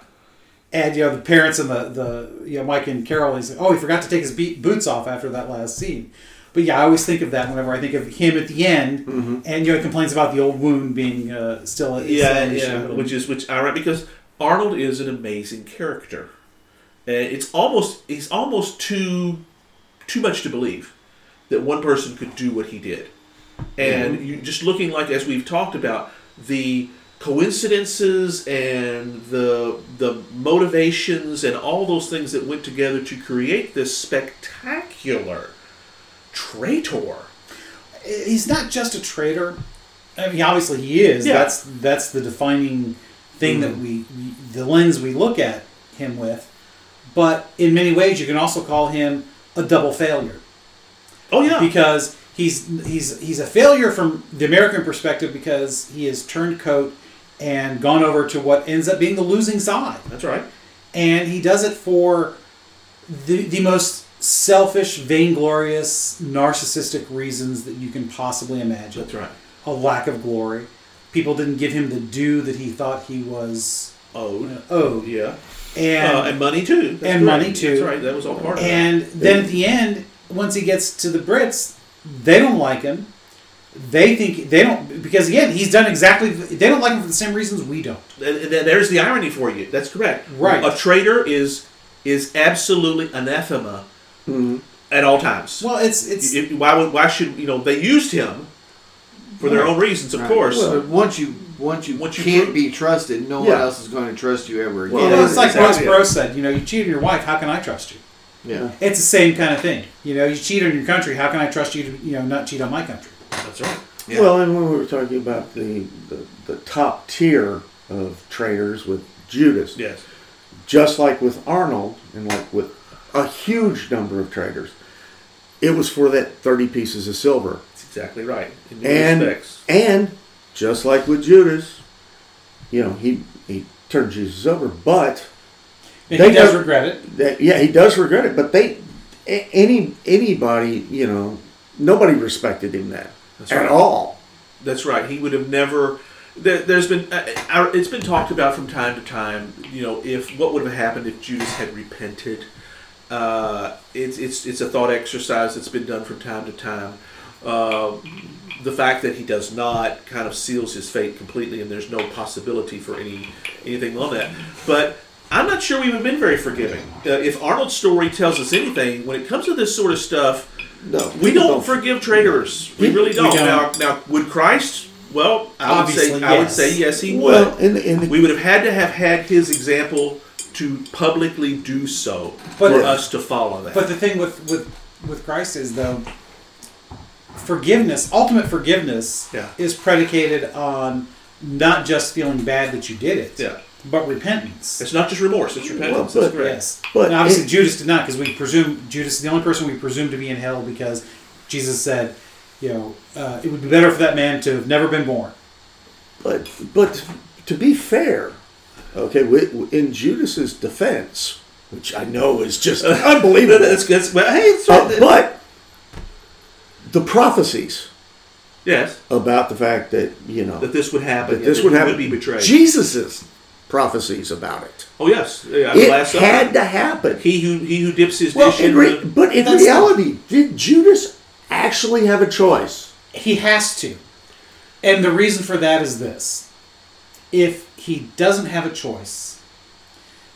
C: And you know the parents and the the you know Mike and Carol. He's like, oh, he forgot to take his be- boots off after that last scene. But yeah, I always think of that whenever I think of him at the end, and you know he complains about the old wound being uh, still a
A: Mm-hmm. yeah,
C: still an issue.
A: yeah, which is which ironic because Arnold is an amazing character. And it's almost it's almost too too much to believe that one person could do what he did. And you just looking like as we've talked about the coincidences and the the motivations and all those things that went together to create this spectacular traitor.
C: he's not just a traitor. I mean, obviously he is.
A: Yeah. Mm-hmm.
C: That's that's the defining thing that we, we the lens we look at him with. But in many ways, you can also call him a double failure
A: Oh yeah.
C: because he's he's he's a failure from the American perspective because he has turned coat and gone over to what ends up being the losing side
A: That's right.
C: and he does it for the, the most selfish, vainglorious, narcissistic reasons that you can possibly imagine.
A: That's right.
C: A lack of glory. People didn't give him the due that he thought he was
A: Oh
C: owed,
A: yeah.
C: Oh, and
A: Uh, and money too. That's correct.
C: and money, too.
A: That's right. That was all part of it.
C: and then at the end, once he gets to the Brits, they don't like him. They think they don't because again he's done exactly they don't like him for the same reasons we don't.
A: And, and there's the irony for you. That's correct.
C: Right.
A: A traitor is is absolutely anathema at all times.
C: Mm-hmm. Well, it's it's
A: If- why would why should you know they used him for their own reasons, of course.
B: So once you once you
A: Once you
B: can't
A: prove-
B: be trusted, no one
D: Yeah.
B: else is going to trust you ever again.
D: Well,
C: well, it's like Ross
D: exactly.
C: Perot said. You know, you cheated your wife. How can I trust you?
B: yeah.
C: It's the same kind of thing. You know, you cheat on your country. How can I trust you to, you know, not cheat on my country?
A: That's That's right.
B: Yeah.
D: Well, and when we were talking about the, the, the top tier of traders with Judas,
A: Yes.
D: just like with Arnold and like with a huge number of traders, it was for that 30 pieces of silver.
A: That's exactly right. In many
D: And,
A: respects.
D: and just like with Judas, you know, he, he turned Jesus over, but
C: And
D: They
C: he does
D: never-
C: regret it.
D: that, yeah, he does regret it, but they, a- any, anybody, you know, nobody respected him then
A: That's
D: at
A: right.
D: all.
A: That's right. He would have never. There, there's been. Uh, uh, it's been talked about from time to time. You know, if what would have happened if Judas had repented. Uh, it's it's it's a thought exercise that's been done from time to time. Uh, the fact that he does not kind of seals his fate completely, and there's no possibility for any anything on that. But I'm not sure we would have been very forgiving. Uh, if Arnold's story tells us anything, when it comes to this sort of stuff,
D: No,
A: we don't forgive traitors. We really don't.
C: don't.
A: Now, now, would Christ? Well, I would say
C: Obviously,
A: I would
C: yes.
A: say yes, he
D: Well,
A: would.
D: in the, in the
A: we would have had to have had his example to publicly do so
C: But-
A: for us to follow that.
C: But the thing with with with Christ is though forgiveness, ultimate forgiveness,
A: Yeah.
C: is predicated on not just feeling bad that you did it,
A: Yeah.
C: but repentance.
A: it's not just remorse; it's repentance.
D: Well,
A: That's
D: but-
A: correct.
C: Yes,
D: But
C: but obviously
D: it-
C: Judas did not, because we presume Judas is the only person we presume to be in hell because Jesus said, you know, uh, it would be better for that man to have never been born.
D: But but to be fair, okay, wi- wi- in Judas's defense, which I know is just unbelievable,
A: That's, that's, well, hey, it's
D: uh,
A: right.
D: but the prophecies
A: yes,
D: about the fact that you know
A: that this would happen.
D: that
A: yeah,
D: this
A: that
D: would
A: he
D: happen,
A: be betrayed.
D: Jesus's prophecies about it.
A: oh yes, yeah, the
D: It
A: last supper.
D: had to happen.
A: he who he who dips his
D: well,
A: dish
D: in
A: in
D: re-
A: the-
D: but in
C: that's-
D: reality, did Judas actually have a choice?
C: He has to. And the reason for that is this if he doesn't have a choice,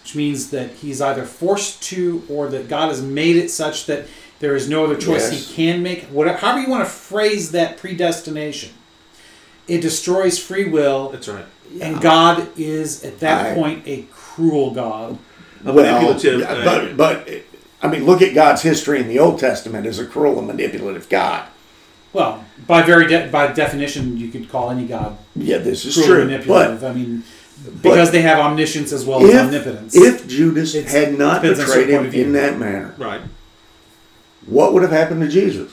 C: which means that he's either forced to or that God has made it such that there is no other choice
D: Yes.
C: he can make, whatever, however you want to phrase that predestination, it destroys free will.
A: That's right.
C: And God is, at that
D: I-
C: point, a cruel God.
A: A
D: Well,
A: manipulative,
D: yeah,
A: uh,
D: but but I mean, look at God's history in the Old Testament as a cruel and manipulative God.
C: Well, by very de- by definition, you could call any God
D: Yeah, this is
C: cruel and
D: true.
C: manipulative.
D: But
C: I mean, because they have omniscience as well as
D: if,
C: omnipotence.
D: if Judas
C: It's-
D: had not
C: depends on
D: betrayed
C: certain
D: him
C: point of view.
D: in that manner,
A: right.
D: what would have happened to Jesus?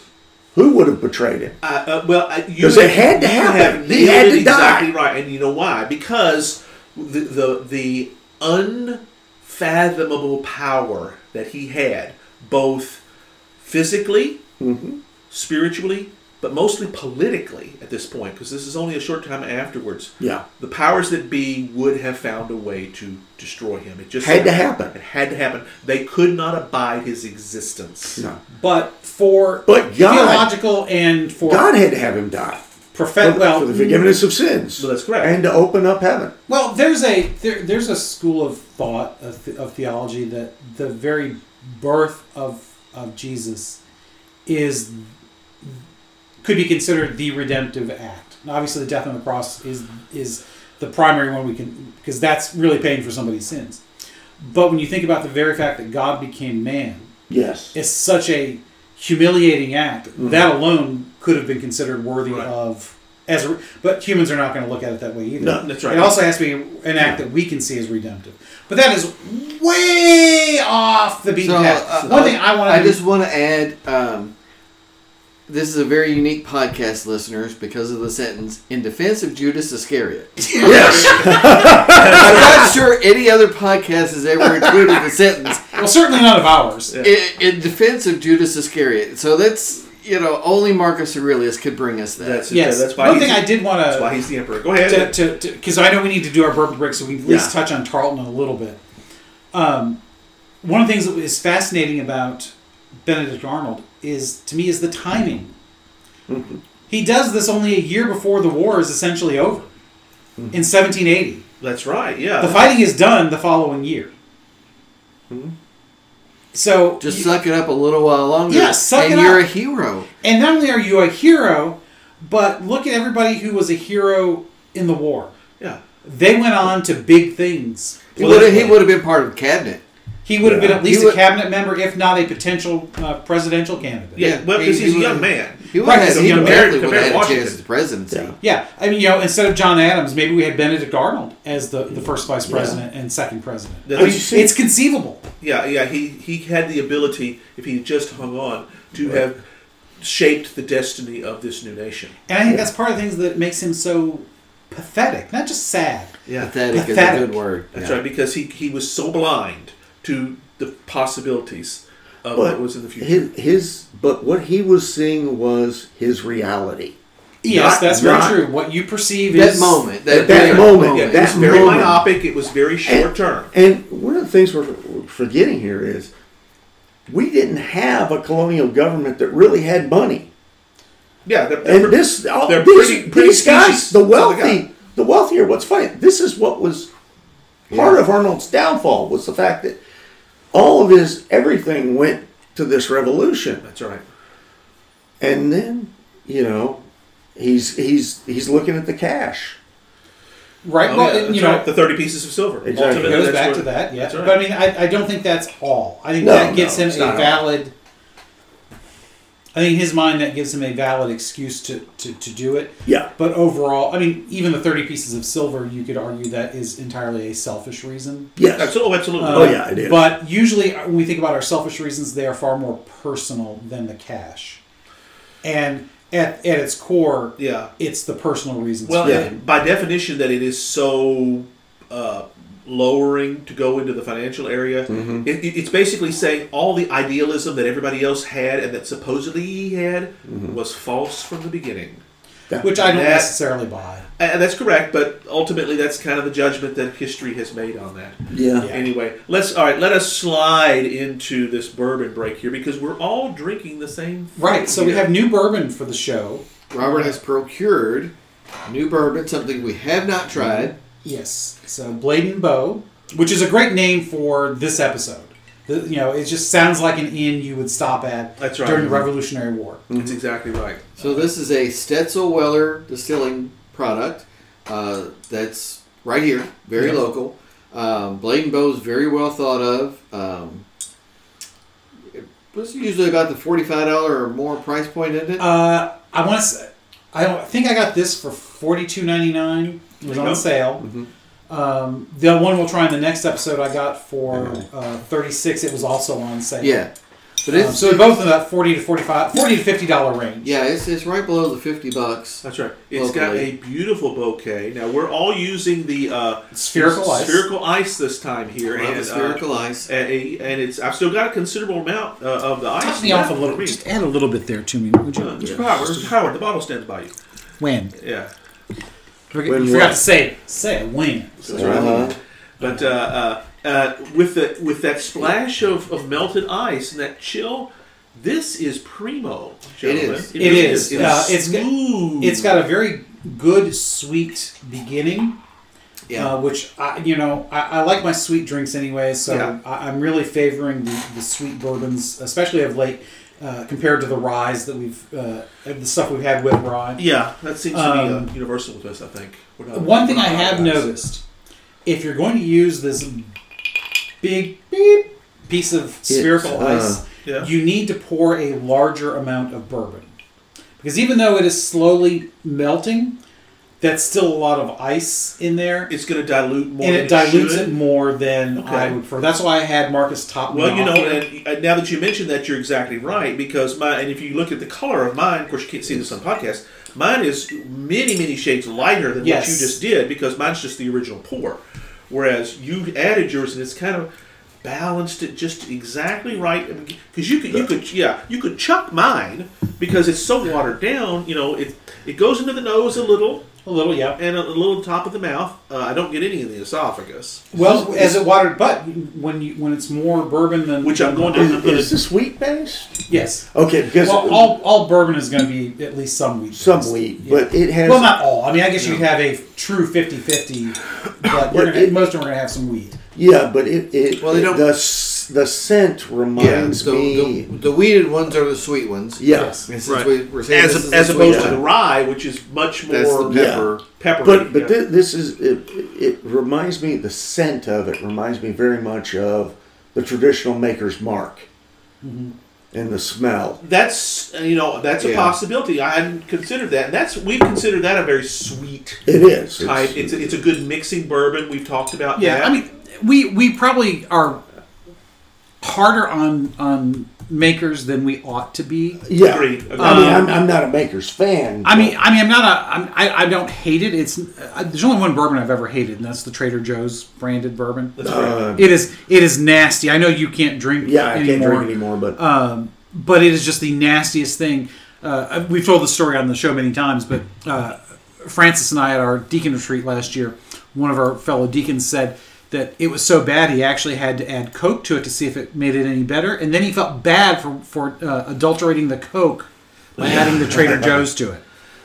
D: Who would have betrayed him?
A: I- uh, well, I- you
D: 'Cause it had to
A: you
D: happen.
A: have
D: He had
A: nailed
D: to
A: it exactly
D: die.
A: Right, and you know why? Because the the, the unfathomable power that he had, both physically,
D: Mm-hmm.
A: spiritually, but mostly politically at this point, because this is only a short time afterwards.
D: Yeah.
A: The powers that be would have found a way to destroy him. It just
D: Had to happen.
A: It had to happen. They could not abide his existence.
D: No.
C: but for
D: But God-
C: theological and for
D: God had to have him die for,
C: profe- well,
D: for the forgiveness of sins.
A: Well, that's correct.
D: And to open up heaven.
C: well, there's a there, there's a school of thought of, the- of theology that the very birth of of Jesus is could be considered the redemptive act. And obviously, the death on the cross is is the primary one we can because that's really paying for somebody's sins. But when you think about the very fact that God became man,
D: Yes.
C: it's such a humiliating act that alone could have been considered worthy
A: Right.
C: of as a, but humans are not going to look at it that way either.
D: No,
A: that's right.
C: It also has to be an act that we can see as redemptive. But that is way off the beaten
B: So,
C: path.
B: uh,
C: One thing I want
B: I
C: to
B: just want to add um, this is a very unique podcast, listeners, because of the sentence in defense of Judas Iscariot.
D: Yes.
B: I'm not sure any other podcast has ever included the sentence
C: well, certainly not of ours.
B: in, in defense of Judas Iscariot. So that's, you know, only Marcus Aurelius could bring us that.
A: That's
C: Yes.
A: That's why
C: One
A: he's-
C: thing I did want
A: That's why
C: to
A: he's the emperor. Go ahead.
C: to because I know we need to do our bourbon break, so we at least
A: Yeah.
C: touch on Tarleton a little bit. Um, one of the things that is fascinating about Benedict Arnold is, to me, is the timing.
A: Mm-hmm.
C: he does this only a year before the war is essentially over,
A: Mm-hmm.
C: in 1780.
A: That's right. Yeah.
C: The fighting is done the following year. So
B: Hmm? Just suck it up a little while longer.
C: Yeah, suck
B: and
C: it
B: you're
C: up.
B: a hero.
C: And not only are you a hero, but look at everybody who was a hero in the war.
A: yeah.
C: They went on to big things.
B: He
A: Well,
B: would have
A: that's-
B: he would have been part of cabinet.
C: He would have been at least
B: He
C: a
B: would-
C: cabinet member, if not a potential uh, presidential candidate.
A: Yeah,
B: Yeah,
A: well,
B: he-
A: because
B: he
A: he's a
B: would-
A: young man.
B: He would
C: Right,
B: have,
C: so
B: he
A: compared-
B: definitely would
A: compared
B: have had a
A: Washington.
B: chance at the presidency.
D: Yeah.
C: Yeah, I mean, you know, instead of John Adams, maybe we had Benedict Arnold as the, the first vice president and second president.
A: The-
C: I mean,
A: But you
D: see-
C: it's conceivable.
A: Yeah, yeah. He he had the ability, if he just hung on, to have shaped the destiny of this new nation.
C: And I think that's part of the things that makes him so pathetic, not just sad.
A: Yeah,
B: Pathetic, is a
C: Pathetic.
B: good word.
A: that's
B: yeah.
A: right. Because he he was so blind to the possibilities of what was in the future.
D: His, his, but what he was seeing was his reality.
C: Yes,
A: Not-
C: that's very
D: not-
C: true. What you perceive
B: That
C: is
B: moment.
D: At that
B: very
D: moment,
A: yeah, it
D: that
A: was very
D: moment.
A: myopic. It was very short term.
D: And one of the things we're we're forgetting here is we didn't have a colonial government that really had money.
A: Yeah, they're,
D: And this, all,
A: they're
D: these,
A: pretty- pretty
D: these guys,
A: species.
D: the
A: That's all they
D: wealthy, the wealthy are what's funny. This is what was part of Arnold's downfall was the fact that all of his everything went to this revolution,
A: that's right.
D: and then you know he's he's he's looking at the cash.
C: right?
A: Oh,
C: well,
A: yeah,
C: and,
A: that's
C: you know,
A: right. the thirty pieces of silver.
D: Exactly.
C: it
A: Ultimately,
C: goes
A: that's
C: back
A: where-
C: to that. Yeah,
A: that's right.
C: but I mean, I, I don't think that's all. I think
D: No,
C: that gives
D: no,
C: him
D: it's
C: a
D: not all.
C: valid. I think in his mind that gives him a valid excuse to, to, to do it.
D: Yeah.
C: But overall, I mean, even the thirty pieces of silver, you could argue that is entirely a selfish reason.
D: Yes.
A: Absol- oh, absolutely.
D: Oh, yeah, it is.
C: But usually, uh, when we think about our selfish reasons, they are far more personal than the cash. And at, at its core,
A: Yeah.
C: it's the personal reasons.
A: Well,
C: for
D: Yeah.
C: it.
A: and by definition, that it is so uh, lowering to go into the financial area.
C: Mm-hmm.
A: It, it- it's basically saying all the idealism that everybody else had and that supposedly he had
C: Mm-hmm.
A: was false from the beginning.
C: which I don't
A: that-
C: necessarily buy.
A: And that's correct, but ultimately, that's kind of the judgment that history has made on that.
D: Yeah.
A: Anyway, let's all right. Let us slide into this bourbon break here because we're all drinking the same. thing
C: Right, so we
A: here.
C: have new bourbon for the show.
B: Robert has procured new bourbon, something we have not tried.
C: Yes, so Blade and Bow, which is a great name for this episode. The- you know, it just sounds like an inn you would stop at
A: That's right.
C: during the Revolutionary War.
A: That's exactly right.
B: So this is a Stetzel Weller distilling product uh, that's right here, very local. Um, Blade and Bow is very well thought of. Um, it was usually about the forty-five dollar or more price point, isn't it?
C: Uh, I want to. I don't I think I got this for forty two ninety nine. It
A: There
C: was
A: you go.
C: on sale. Um, the one we'll try in the next episode I got for uh, thirty six. It was also on sale.
B: yeah, but
C: Um,
B: it's
C: so they're both in that forty to 45, 40 to fifty dollar range.
B: yeah, it's, it's right below the fifty bucks.
A: That's right. It's got
B: Locally.
A: a beautiful bouquet. Now we're all using the uh,
C: Spherical ice.
A: spherical ice this time here,
B: Around
A: and,
B: the
A: uh,
B: spherical ice.
A: and- and it's I've still got a considerable amount uh, of the ice.
C: Top me
A: left
C: off a little.
A: for me.
C: Just add a little bit there to me, would you?
A: Uh, Mr. Howard, Mr. Howard, the bottle stands by you.
C: When?
A: Yeah,
C: Forget-
D: When
C: you
D: what?
C: forgot to say it. Say it, when.
D: Uh-huh.
A: but uh, uh, uh, with the with that splash of, of melted ice and that chill, this is primo. gentlemen.
B: is.
C: It
A: really
C: is. Uh, it's got-
A: smooth.
C: It's got a very good, sweet beginning.
B: Yeah.
C: Uh, which I, you know, I, I like my sweet drinks anyway, so
A: Yeah.
C: I, I'm really favoring the, the sweet bourbons, especially of late, uh, compared to the ryes that we've, uh, the stuff we've had with rye.
A: yeah. That seems to
C: Um,
A: be uh, universal with us. I think. We're not-
C: One thing
A: we're
C: I
A: not
C: have
A: guys.
C: noticed, if you're going to use this big beep piece of spherical
D: uh,
C: ice,
A: yeah.
C: you need to pour a larger amount of bourbon. Because even though it is slowly melting, that's still a lot of ice in there.
A: it's going to dilute more.
C: and
A: than
C: it dilutes
A: should.
C: it, more than I
A: Okay.
C: would prefer. That's why I had Marcus top. me
A: Well, you
C: off.
A: know, and and now that you mentioned that, you're exactly right because my and if you look at the color of mine, of course you can't see this on podcast. Mine is many many shades lighter than
C: Yes.
A: what you just did because mine's just the original pour, whereas you added yours and it's kind of balanced it just exactly right because you could you could yeah you could chuck mine because it's so watered down. You know, it it goes into the nose a little
C: a little, yeah.
A: and a, little top of the mouth. Uh, I don't get any in the esophagus,
C: Well, as it watered, but when you when it's more bourbon than
A: which I'm going to. I'm
D: Is,
A: going
D: is
A: to
D: this wheat based?
C: yes.
D: Okay, because
C: Well, all, all bourbon is going to be at least some wheat.
D: some
C: based.
D: wheat,
C: Yeah.
D: but it has
C: Well, not all. I mean, I guess you have a true 50-50, but we're gonna,
D: It-
C: most of them are going to have some weed.
D: Yeah, but it, it
B: Well, they don't-
D: the s- the scent
B: Yeah,
D: reminds
B: so
D: me.
B: the, the weeded ones are the sweet ones.
D: yes,
B: And since
A: Right.
B: we, we're saying this
A: as,
B: is
A: as
B: a sweet
A: opposed to
B: one,
A: the rye, which is much
B: that's the
A: more
D: Yeah.
B: pepper.
A: peppery.
D: but but
A: yeah.
D: thi- this is it, it. reminds me the scent of it reminds me very much of the traditional maker's mark
C: Mm-hmm.
D: and the smell.
A: That's uh, you know that's a
B: Yeah.
A: possibility. I hadn't considered that. And that's we consider that a very sweet
D: It is. It's-
A: type. It's a, it's a good mixing bourbon. We've talked about
C: Yeah,
A: that.
C: I mean, we we probably are harder on on makers than we ought to be.
D: yeah.
A: Agreed, agreed.
D: I mean, I'm, I'm not a maker's fan.
C: I mean,
D: but-
C: I mean, I'm not a, I'm, I, I don't hate it. It's uh, there's only one bourbon I've ever hated, and that's the Trader Joe's branded bourbon.
A: That's right.
D: Uh,
C: It is, it is nasty. I know you can't drink.
D: yeah, I
C: anymore,
D: can't drink anymore, but
C: but it is just the nastiest thing. Uh, we've told the story on the show many times, but uh, Francis and I at our deacon retreat last year, one of our fellow deacons said that it was so bad he actually had to add Coke to it to see if it made it any better, and then he felt bad for for uh, adulterating the Coke by adding the Trader Joe's to it.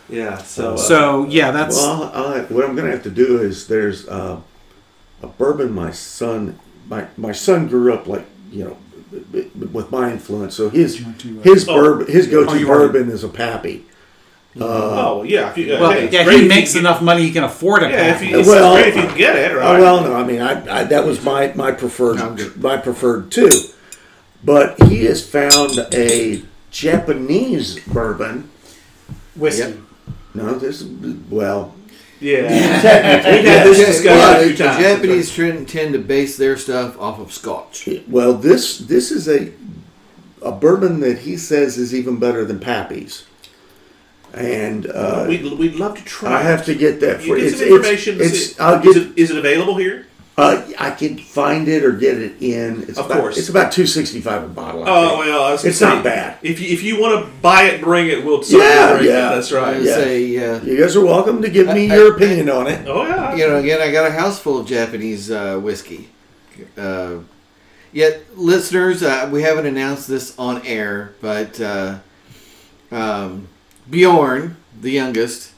A: yeah. So, uh,
C: So yeah, that's
D: well, I'll, I'll- what I'm going to have to do is there's uh, a bourbon my son my my son grew up like you know b- b- with my influence, so his
C: to, uh,
D: his
A: Oh,
D: bourbon his go to
C: you are-
D: bourbon is a pappy.
A: oh yeah. If you, uh,
C: well,
A: hey, it's
C: yeah.
A: great
C: He
A: if
C: makes
A: you,
C: enough money he can afford a
A: Yeah, if
C: pack.
A: you, it's
D: Well,
A: great if you can get it
D: Oh
A: right.
D: well, no, I mean I, I that was my my preferred
B: I'm good.
D: my preferred too, but he has found a Japanese bourbon.
C: whiskey.
B: Yep.
D: No, this well
A: yeah.
D: technically
A: We've had this
B: Yeah,
A: discussion a
B: yeah,
A: few
B: the
A: times.
B: Japanese trend, tend to base their stuff off of Scotch.
D: Well, this this is a a bourbon that he says is even better than Pappy's, and uh,
A: We'd, we'd love to try.
D: I have to get that
A: You
D: for
A: get
D: you.
A: some information.
D: It's,
A: is, it-
D: I'll
A: is
D: get.
A: it, is it available here?
D: Uh, I can find it or get it in. It's
A: Of
D: about,
A: course.
D: it's about two sixty five a bottle. I
A: Oh
D: think.
A: well, I was gonna
D: It's not
A: say,
D: bad.
A: If you, if you want to buy it, bring it. We'll certainly
D: Yeah,
A: bring
D: yeah.
A: It. That's
B: I
A: right.
B: would
D: Yeah.
B: say, uh,
D: You guys are welcome to give me
B: I-
D: your opinion on it.
A: Oh yeah.
B: you know, again, I got a house full of Japanese uh, whiskey. Uh, yet, listeners, uh, we haven't announced this on air, but uh, um, Bjorn, the youngest,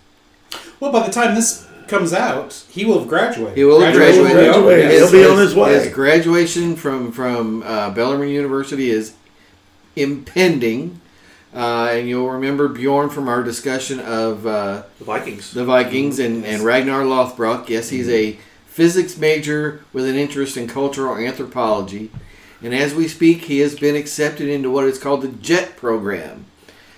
C: Well, by the time this comes out, he will have graduated.
B: He will have
C: Graduation
B: graduated.
C: will be over.
D: Graduated. He'll be on his way.
B: His graduation from from uh, Bellarmine University is impending, uh, and you'll remember Bjorn from our discussion of. Uh,
A: The Vikings.
B: the Vikings and, and Ragnar Lothbrok. Yes, he's a physics major with an interest in cultural anthropology. And as we speak, he has been accepted into what is called the JET program.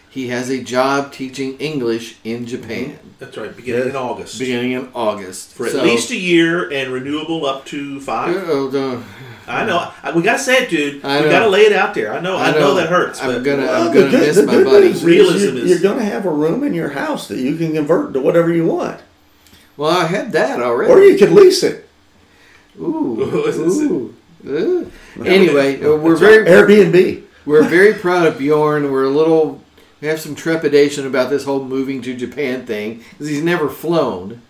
B: He has a job teaching English in Japan
A: That's right. Mm-hmm. Beginning in August.
B: beginning in August.
A: for at
B: So-
A: least a year and renewable up to five.
B: Oh, no.
A: I know. I, we gotta say it, dude.
B: I
A: we
B: know.
A: gotta lay it out there. I know. I, know. that hurts.
B: I'm
A: but
B: gonna-
D: Well,
B: I'm
D: Uh, the
B: gonna
D: good-
B: miss
D: the
B: my
D: good
B: buddy.
D: news is
A: Realism
D: you,
A: is-
D: You're going to have a room in your house that you can convert to whatever you want,
B: Well, I had that already.
D: or you could lease it.
B: Ooh. Ooh. Ooh. Anyway, uh, we're very
D: Airbnb.
B: We're very proud of Bjorn. We're a little, we have some trepidation about this whole moving to Japan thing because he's never flown.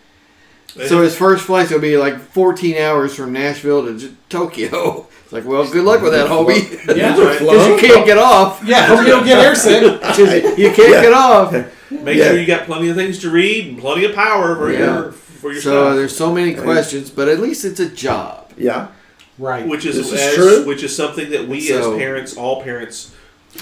B: So his first flight's gonna be like 14 hours from Nashville to J- Tokyo. It's like, well, good luck with that, homie.
C: Yeah.
A: That's right.
B: 'Cause you can't get off.
C: Yeah, hope you don't get airsick.
B: 'Cause You can't get off.
A: Make
D: Yeah.
A: sure you got plenty of things to read and plenty of power for
B: Yeah.
A: your for your
B: So
A: stuff.
B: there's so many questions, but at least it's a job.
D: Yeah.
C: Right.
A: which is,
D: This is
A: as,
D: true.
A: which is something that we
B: So-
A: as parents, all parents,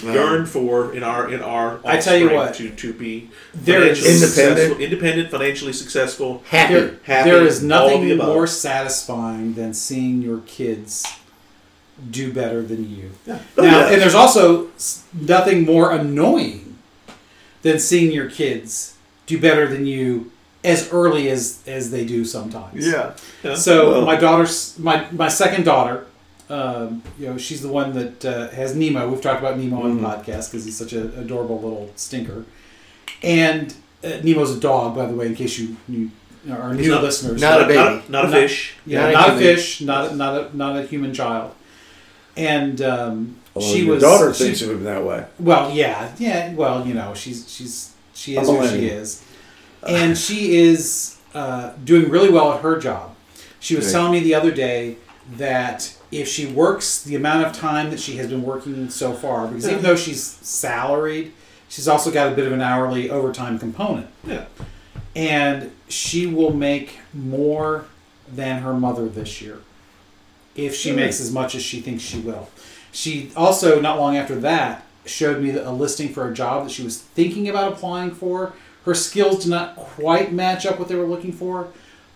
A: yearn for in our in our.
C: I tell you
A: offspring
C: what.
A: to to be
C: There
A: financially
D: is- Independent.
A: successful, independent, financially successful.
D: Happy.
C: There,
A: happy,
C: there is
A: all
C: nothing
A: the above.
C: more satisfying than seeing your kids do better than you.
D: Oh,
C: Now,
D: yeah.
C: and there's also s- nothing more annoying than seeing your kids do better than you as early as as they do sometimes.
A: Yeah.
C: So
D: Well-
C: my daughter's my my second daughter, um, you know, she's the one that uh, has Nemo. We've talked about Nemo on the podcast because he's such an adorable little stinker. And uh, Nemo's a dog, by the way, in case you you are new
A: not-
C: listeners.
B: not a baby.
A: Not, not a
C: Not-
A: fish.
C: Yeah,
B: Not a
C: not, a
B: human.
C: fish, not a, not a not a human child. And um,
D: Although
C: she
D: your
C: was
D: daughter
C: she-
D: thinks of him that way.
C: well, yeah, yeah. Well, you know, she's she's she is
D: A
C: who she
D: millennial.
C: is, and she is uh, doing really well at her job. She was
B: Good.
C: telling me the other day that if she works the amount of time that she has been working so far, because even though she's salaried, she's also got a bit of an hourly overtime component,
A: Yeah.
C: and she will make more than her mother this year if she makes as much as she thinks she will. She also, not long after that, showed me a listing for a job that she was thinking about applying for. Her skills did not quite match up what they were looking for,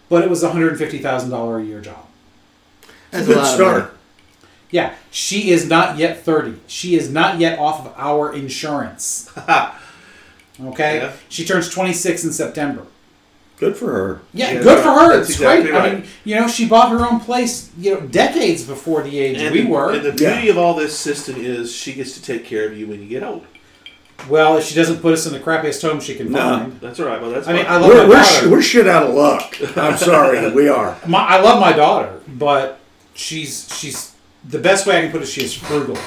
C: but it was a $150,000 a year job.
B: That's
D: Good
B: a lot of
D: start.
B: money.
C: Yeah, she is not yet 30. She is not yet off of our insurance. okay?
A: Yeah.
C: She turns 26 in September.
D: Good for her.
C: Yeah,
A: Yeah,
C: good for her.
A: that's
C: It's
A: exactly
C: great. I
A: right.
C: mean, you know, she bought her own place, you know, decades before the age
A: And
C: we
A: the-
C: were.
A: And the
D: Yeah.
A: beauty of all this system is she gets to take care of you when you get old.
C: well, if she doesn't put us in the crappiest home she can
D: No.
C: find.
A: That's all right. Well, that's
C: I mean,
A: fine.
C: I love
D: We're,
C: my
D: we're,
C: daughter.
D: sh- we're shit out of luck. I'm sorry, we are.
C: My, I love my daughter, but she's she's the best way I can put it. She is frugal,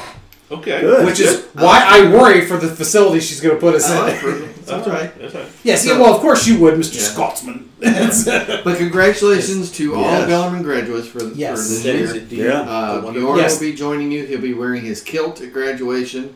A: okay.
D: Good.
C: which is why I worry for the facility she's going to put us
A: Uh-huh.
C: in.
B: That's
A: That's all right. That's all right.
C: Yes, yeah,
B: So-
C: well, of course you would, Mister Scotsman.
B: But congratulations to all
D: Yes.
B: Bellarmine graduates for, for
C: Yes.
B: this
A: That
B: year.
A: is indeed
D: Yeah.
A: a
B: Uh,
A: wonderful.
B: Bjorn
C: Yes.
B: will be joining you. He'll be wearing his kilt at graduation.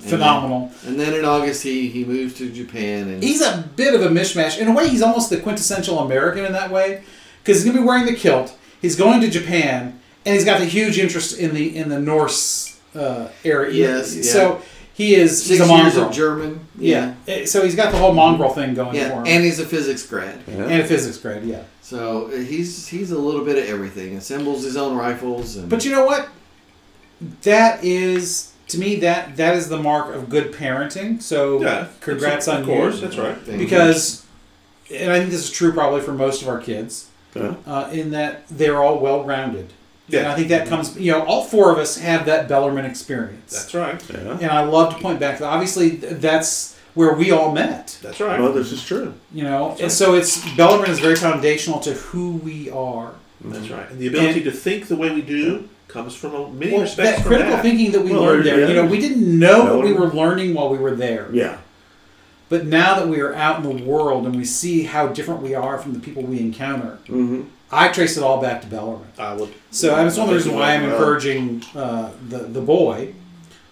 B: And
C: Phenomenal.
B: then- And then in August he, he moves to Japan and
C: He's a bit of a mishmash. In a way, he's almost the quintessential American in that way, because he's going to be wearing the kilt. He's going to Japan, and he's got the huge interest in the in the Norse uh, area.
B: Yes, yeah.
C: So he is
B: six
C: he's a
B: years
C: mongrel.
B: of German.
C: yeah. Eh, So he's got the whole mongrel thing going
B: yeah,
C: for him,
B: and he's a physics grad.
C: and a physics grade. Yeah.
B: So uh, he's he's a little bit of everything. Assembles his own rifles and
C: But you know what? That is to me that that is the mark of good parenting. So
A: Yeah.
C: congrats on
A: Of course.
C: you.
A: That's right.
B: Thing.
C: Because, and I think this is true probably for most of our kids,
D: Yeah.
C: uh, in that they're all well rounded. And I
A: Yeah.
C: think that comes, you know, all four of us have that Bellarmine experience.
A: That's right.
D: Yeah.
C: And I love to point back to that. Obviously, th- that's where we all met,
A: That's right.
D: Well, this is true.
C: you know. And so it's, Bellarmine is very foundational to who we are.
A: That's right. And the ability
C: And-
A: to think the way we do comes from a, many
C: Well,
A: respects
C: that
A: from
C: critical
A: that.
C: thinking that we
D: Well,
C: learned
D: there-
C: there, you
D: yeah.
C: know, we didn't know
D: No.
C: what we were learning while we were there.
D: Yeah.
C: But now that we are out in the world and we see how different we are from the people we encounter,
D: Mhm.
C: I trace it all back to Bellarmine.
A: I would.
C: So that's one of the reasons why I'm
D: Well-
C: encouraging uh, the the boy,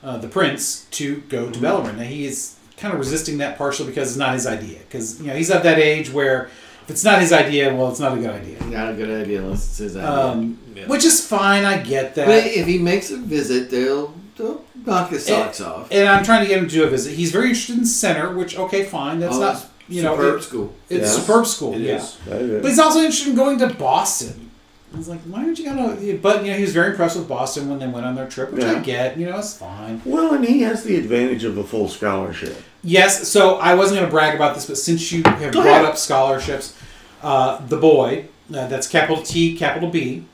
C: uh, the prince, to go to Bellarmine. Now he is kind of resisting that partially because it's not his idea. Because you know he's at that age where if it's not his idea, well, it's not a good idea.
B: not a good idea unless it's his idea.
C: Um,
A: Yeah.
C: Which is fine. I get that.
B: but if he makes a visit, they'll they'll knock his socks off.
C: and I'm trying to get him to do a visit. He's very interested in center, which okay, fine. That's
B: Oh,
C: not
B: it's
C: you know
B: superb
C: it-
B: school.
C: it's
D: Yes.
C: superb school.
A: It
C: yeah.
A: is.
D: That
C: But
D: is.
C: he's also interested in going to Boston. I was like, why aren't you gonna? But you know, he was very impressed with Boston when they went on their trip, which I
D: Yeah.
C: get. You know, it's fine.
D: Well, and he has the advantage of a full scholarship.
C: Yes, so I wasn't going to brag about this, but since you have brought
A: ahead.
C: up scholarships, uh, the boy, uh, that's capital T, capital B,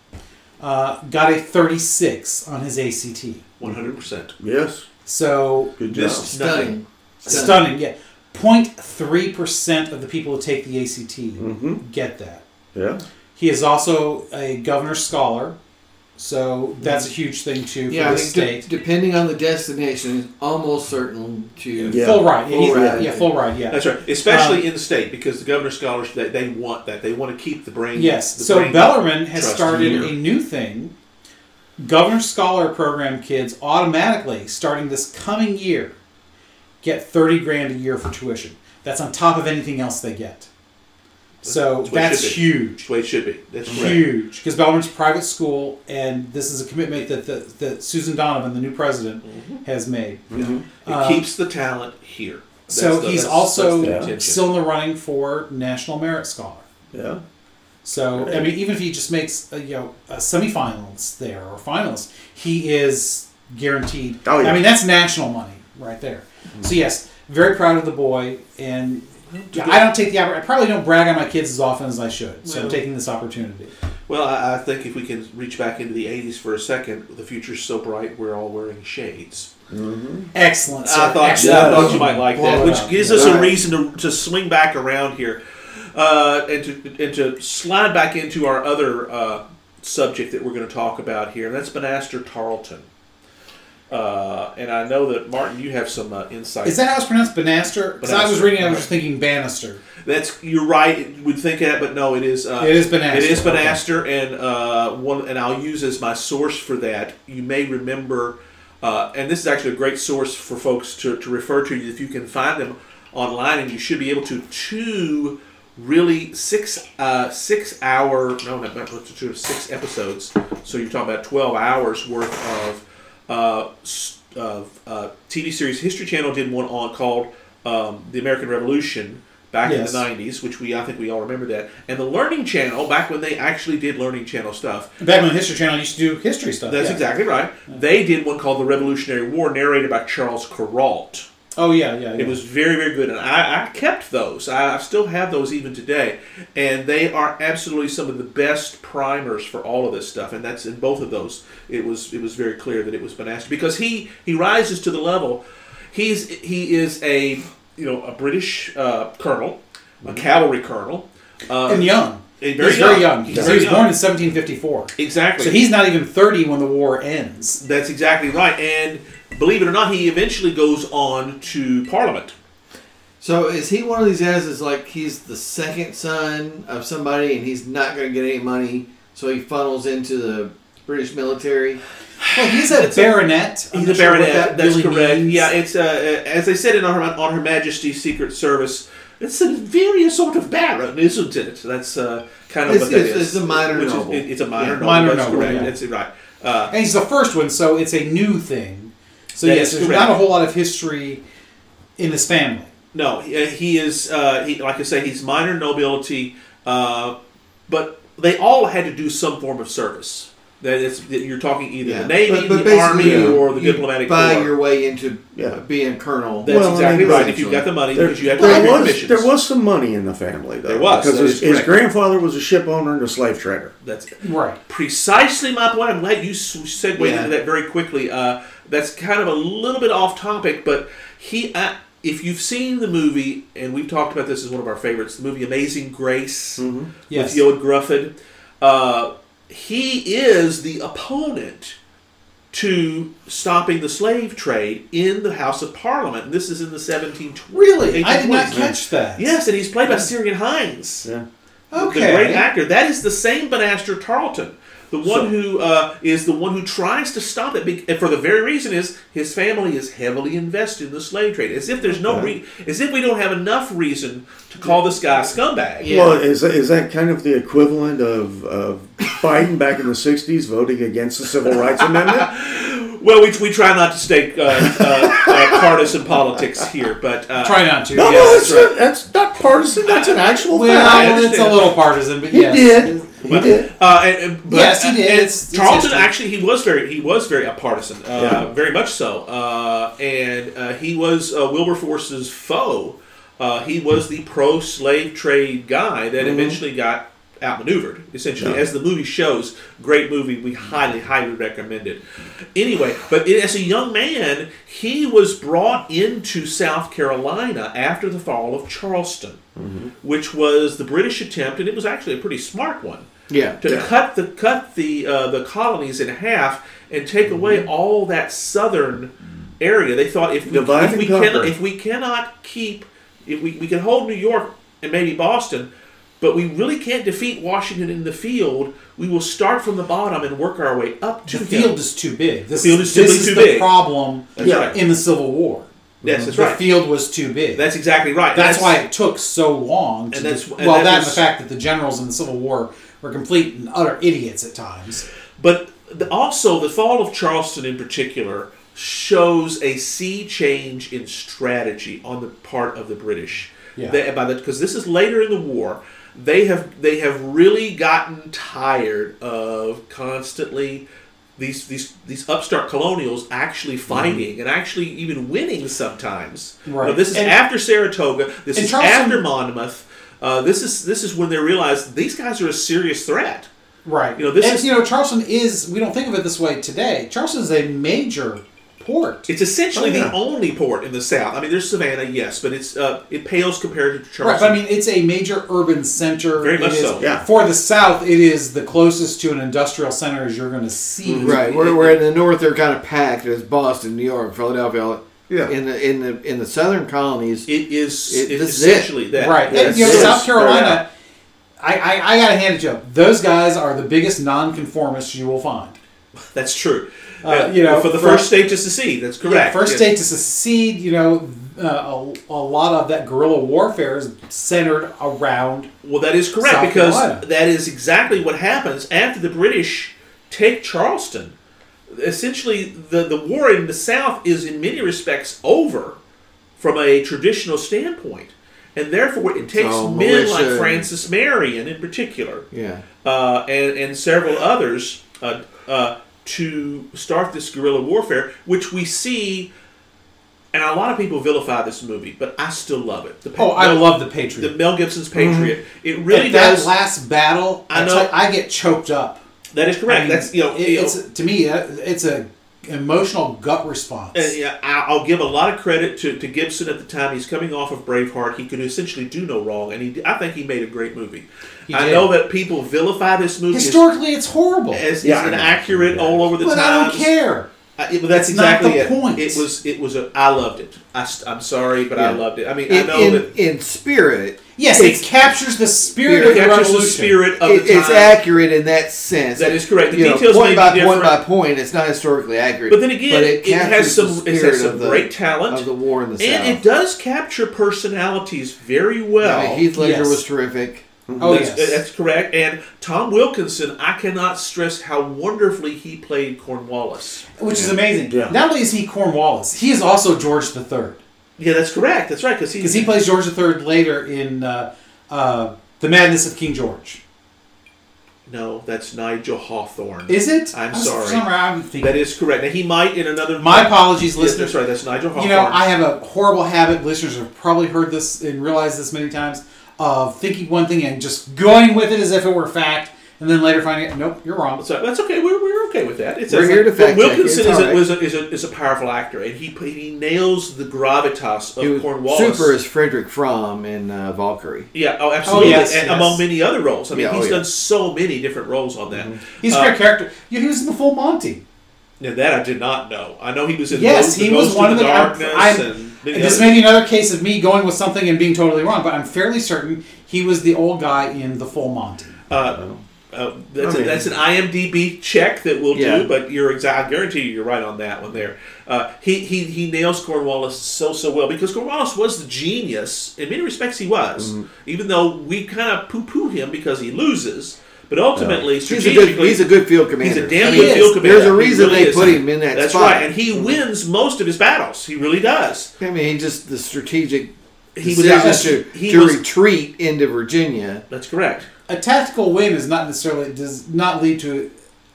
C: uh, got a 36 on his ACT.
A: 100%.
D: Yes.
C: So
D: Good job.
A: This-
B: Stunning.
C: stunning, yeah. 0.3% of the people who take the ACT
B: Mm-hmm.
C: get that.
D: Yeah.
C: He is also a governor's scholar, so that's a huge thing, too, for
B: Mm-hmm. Yeah, I
C: the
B: mean, de-
C: state.
B: depending on the destination, it's almost certain to.
D: Yeah.
C: Full ride. Yeah,
B: Full
C: he's-
B: ride.
C: yeah, full ride, yeah.
A: That's right. Especially
C: Um,
A: in state because the governor's scholars, they, they want that. They want to keep the brain.
C: Yes.
A: The
C: So
A: brain
C: Bellarmine has
A: trust
C: started
A: here.
C: a new thing. Governor Scholar Program kids automatically, starting this coming year, get thirty grand a year for tuition. That's on top of anything else they get. So
A: That's what it
C: that's
A: should be.
C: huge,
A: That's the way it should be. That's correct.
C: huge. Because Bellarmine's a private school, and this is a commitment that the, that Susan Donovan, the new president,
A: Mm-hmm.
C: has made.
A: It keeps the talent here. That's
C: Um, so
A: the-
C: he's
A: that's-
C: also
A: that's the intention.
C: still in the running for National Merit Scholar.
D: Yeah.
C: So I mean, even if he just makes a, you know a semifinals there or finals, he is guaranteed.
D: Oh, yeah.
C: I mean, that's national money right there.
A: Mm-hmm.
C: So yes, very proud of the boy, and yeah, I don't take the oppor- I probably don't brag on my kids as often as I should. So I'm
A: Well.
C: taking this opportunity.
A: Well, I, I think if we can reach back into the 80s for a second, the future's so bright we're all wearing shades.
C: Excellent. Sir.
A: I thought,
C: Excellent.
A: I thought you might like
C: Blow
A: that,
C: it
A: which
C: up.
A: gives
C: Yeah.
A: us
B: All
A: a
B: right.
A: reason to, to swing back around here uh, and, to, and to slide back into our other uh, subject that we're going to talk about here, and that's Benaster Tarleton. Uh, and I know that, Martin, you have some uh, insight.
C: Is that how it's pronounced, Banaster? Because I was
A: Bannister.
C: reading, I was just thinking Bannister.
A: That's you're right. We'd think that, but no, it is. Uh,
C: It is Benaster.
A: It is Benaster, and uh, one, and I'll use as my source for that. You may remember, uh, and this is actually a great source for folks to, to refer to if you can find them online, and you should be able to two really six uh, six hour no not not two six episodes. So you're talking about twelve hours worth of uh, s- of uh, TV series. History Channel did one on called um, "The American Revolution." back
C: Yes.
A: in the 90s, which we I think we all remember that. And the Learning Channel, back when they actually did Learning Channel stuff,
C: Back when the History Channel used to do history stuff.
A: that's
C: yeah.
A: exactly right. They did one called The Revolutionary War, narrated by Charles Perrault.
C: Oh yeah, yeah. yeah.
A: It was very, very good, and I, I kept those. I, I still have those even today, and they are absolutely some of the best primers for all of this stuff. And that's in both of those. It was it was very clear that it was Banasta because he he rises to the level. He's he is a you know a British uh, colonel,
C: Mm-hmm.
A: a cavalry colonel, uh,
C: and young.
A: and very
C: he's very
A: young.
C: young.
A: He's
C: So
A: very
C: he was born
A: young.
C: in 1754.
A: exactly.
C: So he's not even 30 when the war ends.
A: that's exactly right. And believe it or not, he eventually goes on to Parliament.
B: So is he one of these guys that's like he's the second son of somebody and he's not going to get any money, so he funnels into the British military?
C: Well, he's a baronet. I'm
A: He's a
C: not sure what
A: baronet.
C: that
A: that's
C: really
A: correct.
C: means.
A: Yeah, it's uh, uh, as they said in Her, on Her Majesty's Secret Service. It's an inferior sort of baron, isn't it? That's uh, kind of
B: It's-
A: what that
B: it's-
A: is.
B: it's a minor
A: Which is-
B: noble.
A: it- it's a minor
B: Yeah,
A: noble.
C: minor
A: that's
C: noble,
A: correct.
C: yeah.
A: That's right. Uh,
C: And he's the first one, so it's a new thing. So
A: That
C: yes,
A: is
C: there's
A: correct.
C: not a whole lot of history in his family.
A: no, he, he is. Uh, he, like I say, he's minor nobility, uh, but they all had to do some form of service. That it's, that you're talking either the navy, the army,
B: basically,
A: or the
B: you
A: diplomatic
B: buy
A: corps.
B: your way into
D: Yeah.
B: being colonel.
A: that's
D: Well, I
A: exactly
D: mean,
A: right. If you've got the money,
D: There,
A: because you have to
D: there
A: pay your
D: was,
A: commissions.
D: there was some money in the family, though.
A: There was,
D: Because
A: that
D: his,
A: is
D: his
A: correct.
D: grandfather was a ship owner and a slave trader.
A: That's
C: Right.
A: precisely my point. I'm glad you s- segued
B: Yeah.
A: into that very quickly. Uh, that's kind of a little bit off topic, but he. I, if you've seen the movie, and we've talked about this as one of our favorites, the movie Amazing Grace
D: Mm-hmm.
C: Yes.
A: with Yoed Gruffin, uh, he is the opponent to stopping the slave trade in the House of Parliament. And this is in the 1720s.
C: Really? I did not
A: 1820s.
C: catch that.
A: Yes, and he's played by Syrian Hines
D: Yeah.
A: the great
C: Okay.
A: actor. That is the same Banaster Tarleton. The one
D: So-
A: who uh, is the one who tries to stop it, bec- and for the very reason is his family is heavily invested in the slave trade. As if there's no re- as if we don't have enough reason to call this guy a scumbag.
B: Yeah.
D: Well, is, is that kind of the equivalent of, of Biden back in the 60s voting against the Civil Rights Amendment?
A: Well, we, we try not to stake uh, uh, uh, partisan politics here, but uh,
C: Try not to.
D: No,
C: yes.
D: no,
A: that's
D: Oh, that's, not- that's not partisan. That's an actual
A: I
D: fact.
C: Well, it's a
A: understand.
C: little partisan, but
D: He
C: yes.
D: did. He
A: Well,
D: did.
A: Uh, and, and- but,
C: Yes, he did.
A: and
C: It's- it's
A: Tarleton
C: history.
A: actually, he was very, he was very a partisan, uh,
D: Yeah.
A: very much so, uh, and uh, he was uh, Wilberforce's foe. Uh, he was the pro-slave trade guy that eventually got outmaneuvered. Essentially, as the movie shows, great movie. We highly, highly recommend it. Anyway, but it- as a young man, he was brought into South Carolina after the fall of Charleston, which was the British attempt, and it was actually a pretty smart one
B: yeah.
A: to cut the cut the uh, the colonies in half and take away all that southern area. They thought if we,
D: Divide
A: if
D: and
A: we
D: conquer.
A: cannot if we cannot keep if we, we can hold New York and maybe Boston, but we really can't defeat Washington in the field. We will start from the bottom and work our way up to
C: The
A: him.
C: field is too big. This,
A: The field is
C: this
A: simply
C: is
A: too
C: the
A: big.
C: problem
A: That's right.
C: in the Civil War.
A: Yes, that's
C: the
A: right.
C: field was too big.
A: That's exactly right.
C: that's, why it took so long. To
A: And that's-
C: do-
A: and
C: well,
A: that
C: that, and
A: was-
C: the fact that the generals in the Civil War were complete and utter idiots at times.
A: But the, also, the fall of Charleston in particular shows a sea change in strategy on the part of the British.
C: Yeah.
A: They- by the because this is later in the war, they have they have really gotten tired of constantly. These, these, these upstart colonials actually
C: Mm-hmm.
A: fighting and actually even winning sometimes. You know,
C: Right.
A: this is
C: And-
A: after Saratoga. This
C: and
A: is
C: Charleston-
A: after Monmouth. Uh, this is this is when they realize these guys are a serious threat.
C: Right.
A: You know, this
C: and
A: is-
C: you know Charleston is. We don't think of it this way today. Charleston is a major port.
A: It's essentially
D: Oh, yeah.
A: the only port in the South. I mean, there's Savannah, yes, but it's uh, it pales compared to
C: Right,
A: Charleston.
C: but I mean, it's a major urban center.
A: Very much
C: It is-
A: so.
D: Yeah.
C: For the South, it is the closest to an industrial center as you're going to see.
A: Mm-hmm.
B: Right. Where, where in the north they're kind of packed. It's Boston, New York, Philadelphia.
D: Yeah.
B: In the in the in the southern colonies,
A: it is
B: It-
A: it's
B: this is it.
A: essentially that.
C: Right.
D: Yeah,
C: And, you know,
D: it's-
C: South
D: yeah.
C: Carolina, I, I, I got to hand it to you. Those guys are the biggest nonconformists you will find.
A: That's true.
C: Uh, you know,
A: for the
C: for-
A: first state to secede, that's correct.
C: Yeah, first
A: Yes.
C: state to secede, you know, uh, a, a lot of that guerrilla warfare is centered around.
A: Well, that is correct
C: South
A: because
C: Carolina.
A: that is exactly what happens after the British take Charleston. Essentially, the, the war in the South is in many respects over from a traditional standpoint. and therefore it takes
B: So,
A: men
B: militia-
A: like Francis Marion in particular
B: Yeah.
A: uh, and, and several others uh, uh, to start this guerrilla warfare, which we see. And a lot of people vilify this movie, but I still love it. The,
C: Oh, I
A: Mel-
C: love the
A: the
C: Patriot.
A: Mel Gibson's Patriot. It
C: At
A: really
C: that
A: does.
C: last battle,
A: I
C: I,
A: know.
C: t- I get choked up.
A: that is correct.
C: I mean,
A: That's you know,
C: it-
A: you know,
C: it's to me, uh, it's a emotional gut response.
A: And, Uh, yeah, I- I'll give a lot of credit to, to Gibson at the time. He's coming off of Braveheart. He could essentially do no wrong, and he, I think he made a great movie.
C: He
A: I
C: did.
A: know that people vilify this movie as-
C: Historically, it's horrible,
A: as, as
D: Yeah, I know.
A: inaccurate, all over the
C: but I
A: times.
C: don't care.
A: I- yeah, but Uh, that's
C: It's not
A: exactly
C: the
A: it.
C: point.
A: It was. It was. A, I loved it. I, am sorry, but I
B: Yeah.
A: loved it. I mean, I
B: In,
A: know
B: in,
A: that
B: in spirit,
C: Yes, it captures the spirit
B: It
C: of
A: it
C: the
A: captures the
C: revolution.
A: spirit of
B: it,
A: the time.
B: it's accurate in that sense.
A: That is correct. The
B: You know,
A: details
B: point
A: may
B: by
A: be
B: point
A: different.
B: by point, it's not historically accurate.
A: But then again, it has
B: captures
A: some- it
B: the
A: has
B: spirit
A: some
B: of the-
A: great talent.
B: of the war in the
A: and
B: South.
A: it does capture personalities very well.
B: I mean, Heath Ledger
C: Yes.
B: was terrific.
C: Oh
A: that's, uh,
C: yes,
A: that's correct. And Tom Wilkinson, I cannot stress how wonderfully he played Cornwallis.
C: which is amazing.
D: Yeah.
C: Not only is he Cornwallis, he is also George the Third
A: Yeah, that's correct. That's right, because he,
C: because he plays George the Third later in uh, uh, the Madness of King George.
A: No, that's Nigel Hawthorne.
C: Is it?
A: I'm
C: I was-
A: sorry.
C: For some reason, I'm thinking.
A: that is correct. Now he might in another.
C: My apologies,
A: Yeah,
C: listeners.
A: that's right. That's Nigel Hawthorne.
C: You know, I have a horrible habit. Listeners have probably heard this and realized this many times of thinking one thing and just going with it as if it were fact, and then later finding out, nope, you're wrong.
A: So that's okay. We're, we're okay with that. It's
B: We're
A: it's-
B: here to
A: but
B: fact check you.
A: Wilkinson
B: It's
A: is,
B: all
A: a,
B: right.
A: is, a, is, a, is a powerful actor, and he he nails the gravitas
B: He
A: of
B: was
A: Cornwallis.
B: super as Frederick Fromm in uh, Valkyrie.
A: Yeah, oh, absolutely.
C: yes,
A: and
C: yes.
A: among many other roles. I mean,
B: Yeah,
A: he's
B: oh, yeah. Mm-hmm.
A: done so many different roles on that.
C: He's a
A: Uh,
C: great character. Yeah, he was in the Full Monty.
A: Now, that I did not know. I know he was in
C: Yes,
A: Ghost-
C: he
A: the
C: was
A: Ghost
C: one
A: in
C: of the- I'm-
A: Darkness
C: I'm-
A: and many
C: And this
A: others.
C: may be another case of me going with something and being totally wrong, but I'm fairly certain he was the old guy in the Full Monty.
A: Uh, uh, that's,
D: I
A: a,
D: mean-
A: that's an IMDb check that we'll
B: Yeah.
A: do, but you're exact. I guarantee you, you're right on that one. There, uh, he, he he nails Cornwallis so so well because Cornwallis was the genius in many respects. He was,
B: Mm-hmm.
A: even though we kind of poo poo him because he loses, but ultimately
B: He's a good.
A: strategically
B: He's a good field commander.
A: he's a damn
B: I mean,
A: good field commander.
B: There's a
A: He
B: reason
A: really
B: they
A: is.
B: put him in that
A: That's
B: spot. Mm-hmm.
A: right, and he wins most of his battles. He really does.
B: I mean, he just the strategic
A: He was
B: decision
A: out-
B: to,
A: he
B: to
A: was-
B: retreat into Virginia.
A: That's correct.
C: A tactical win is not necessarily does not lead to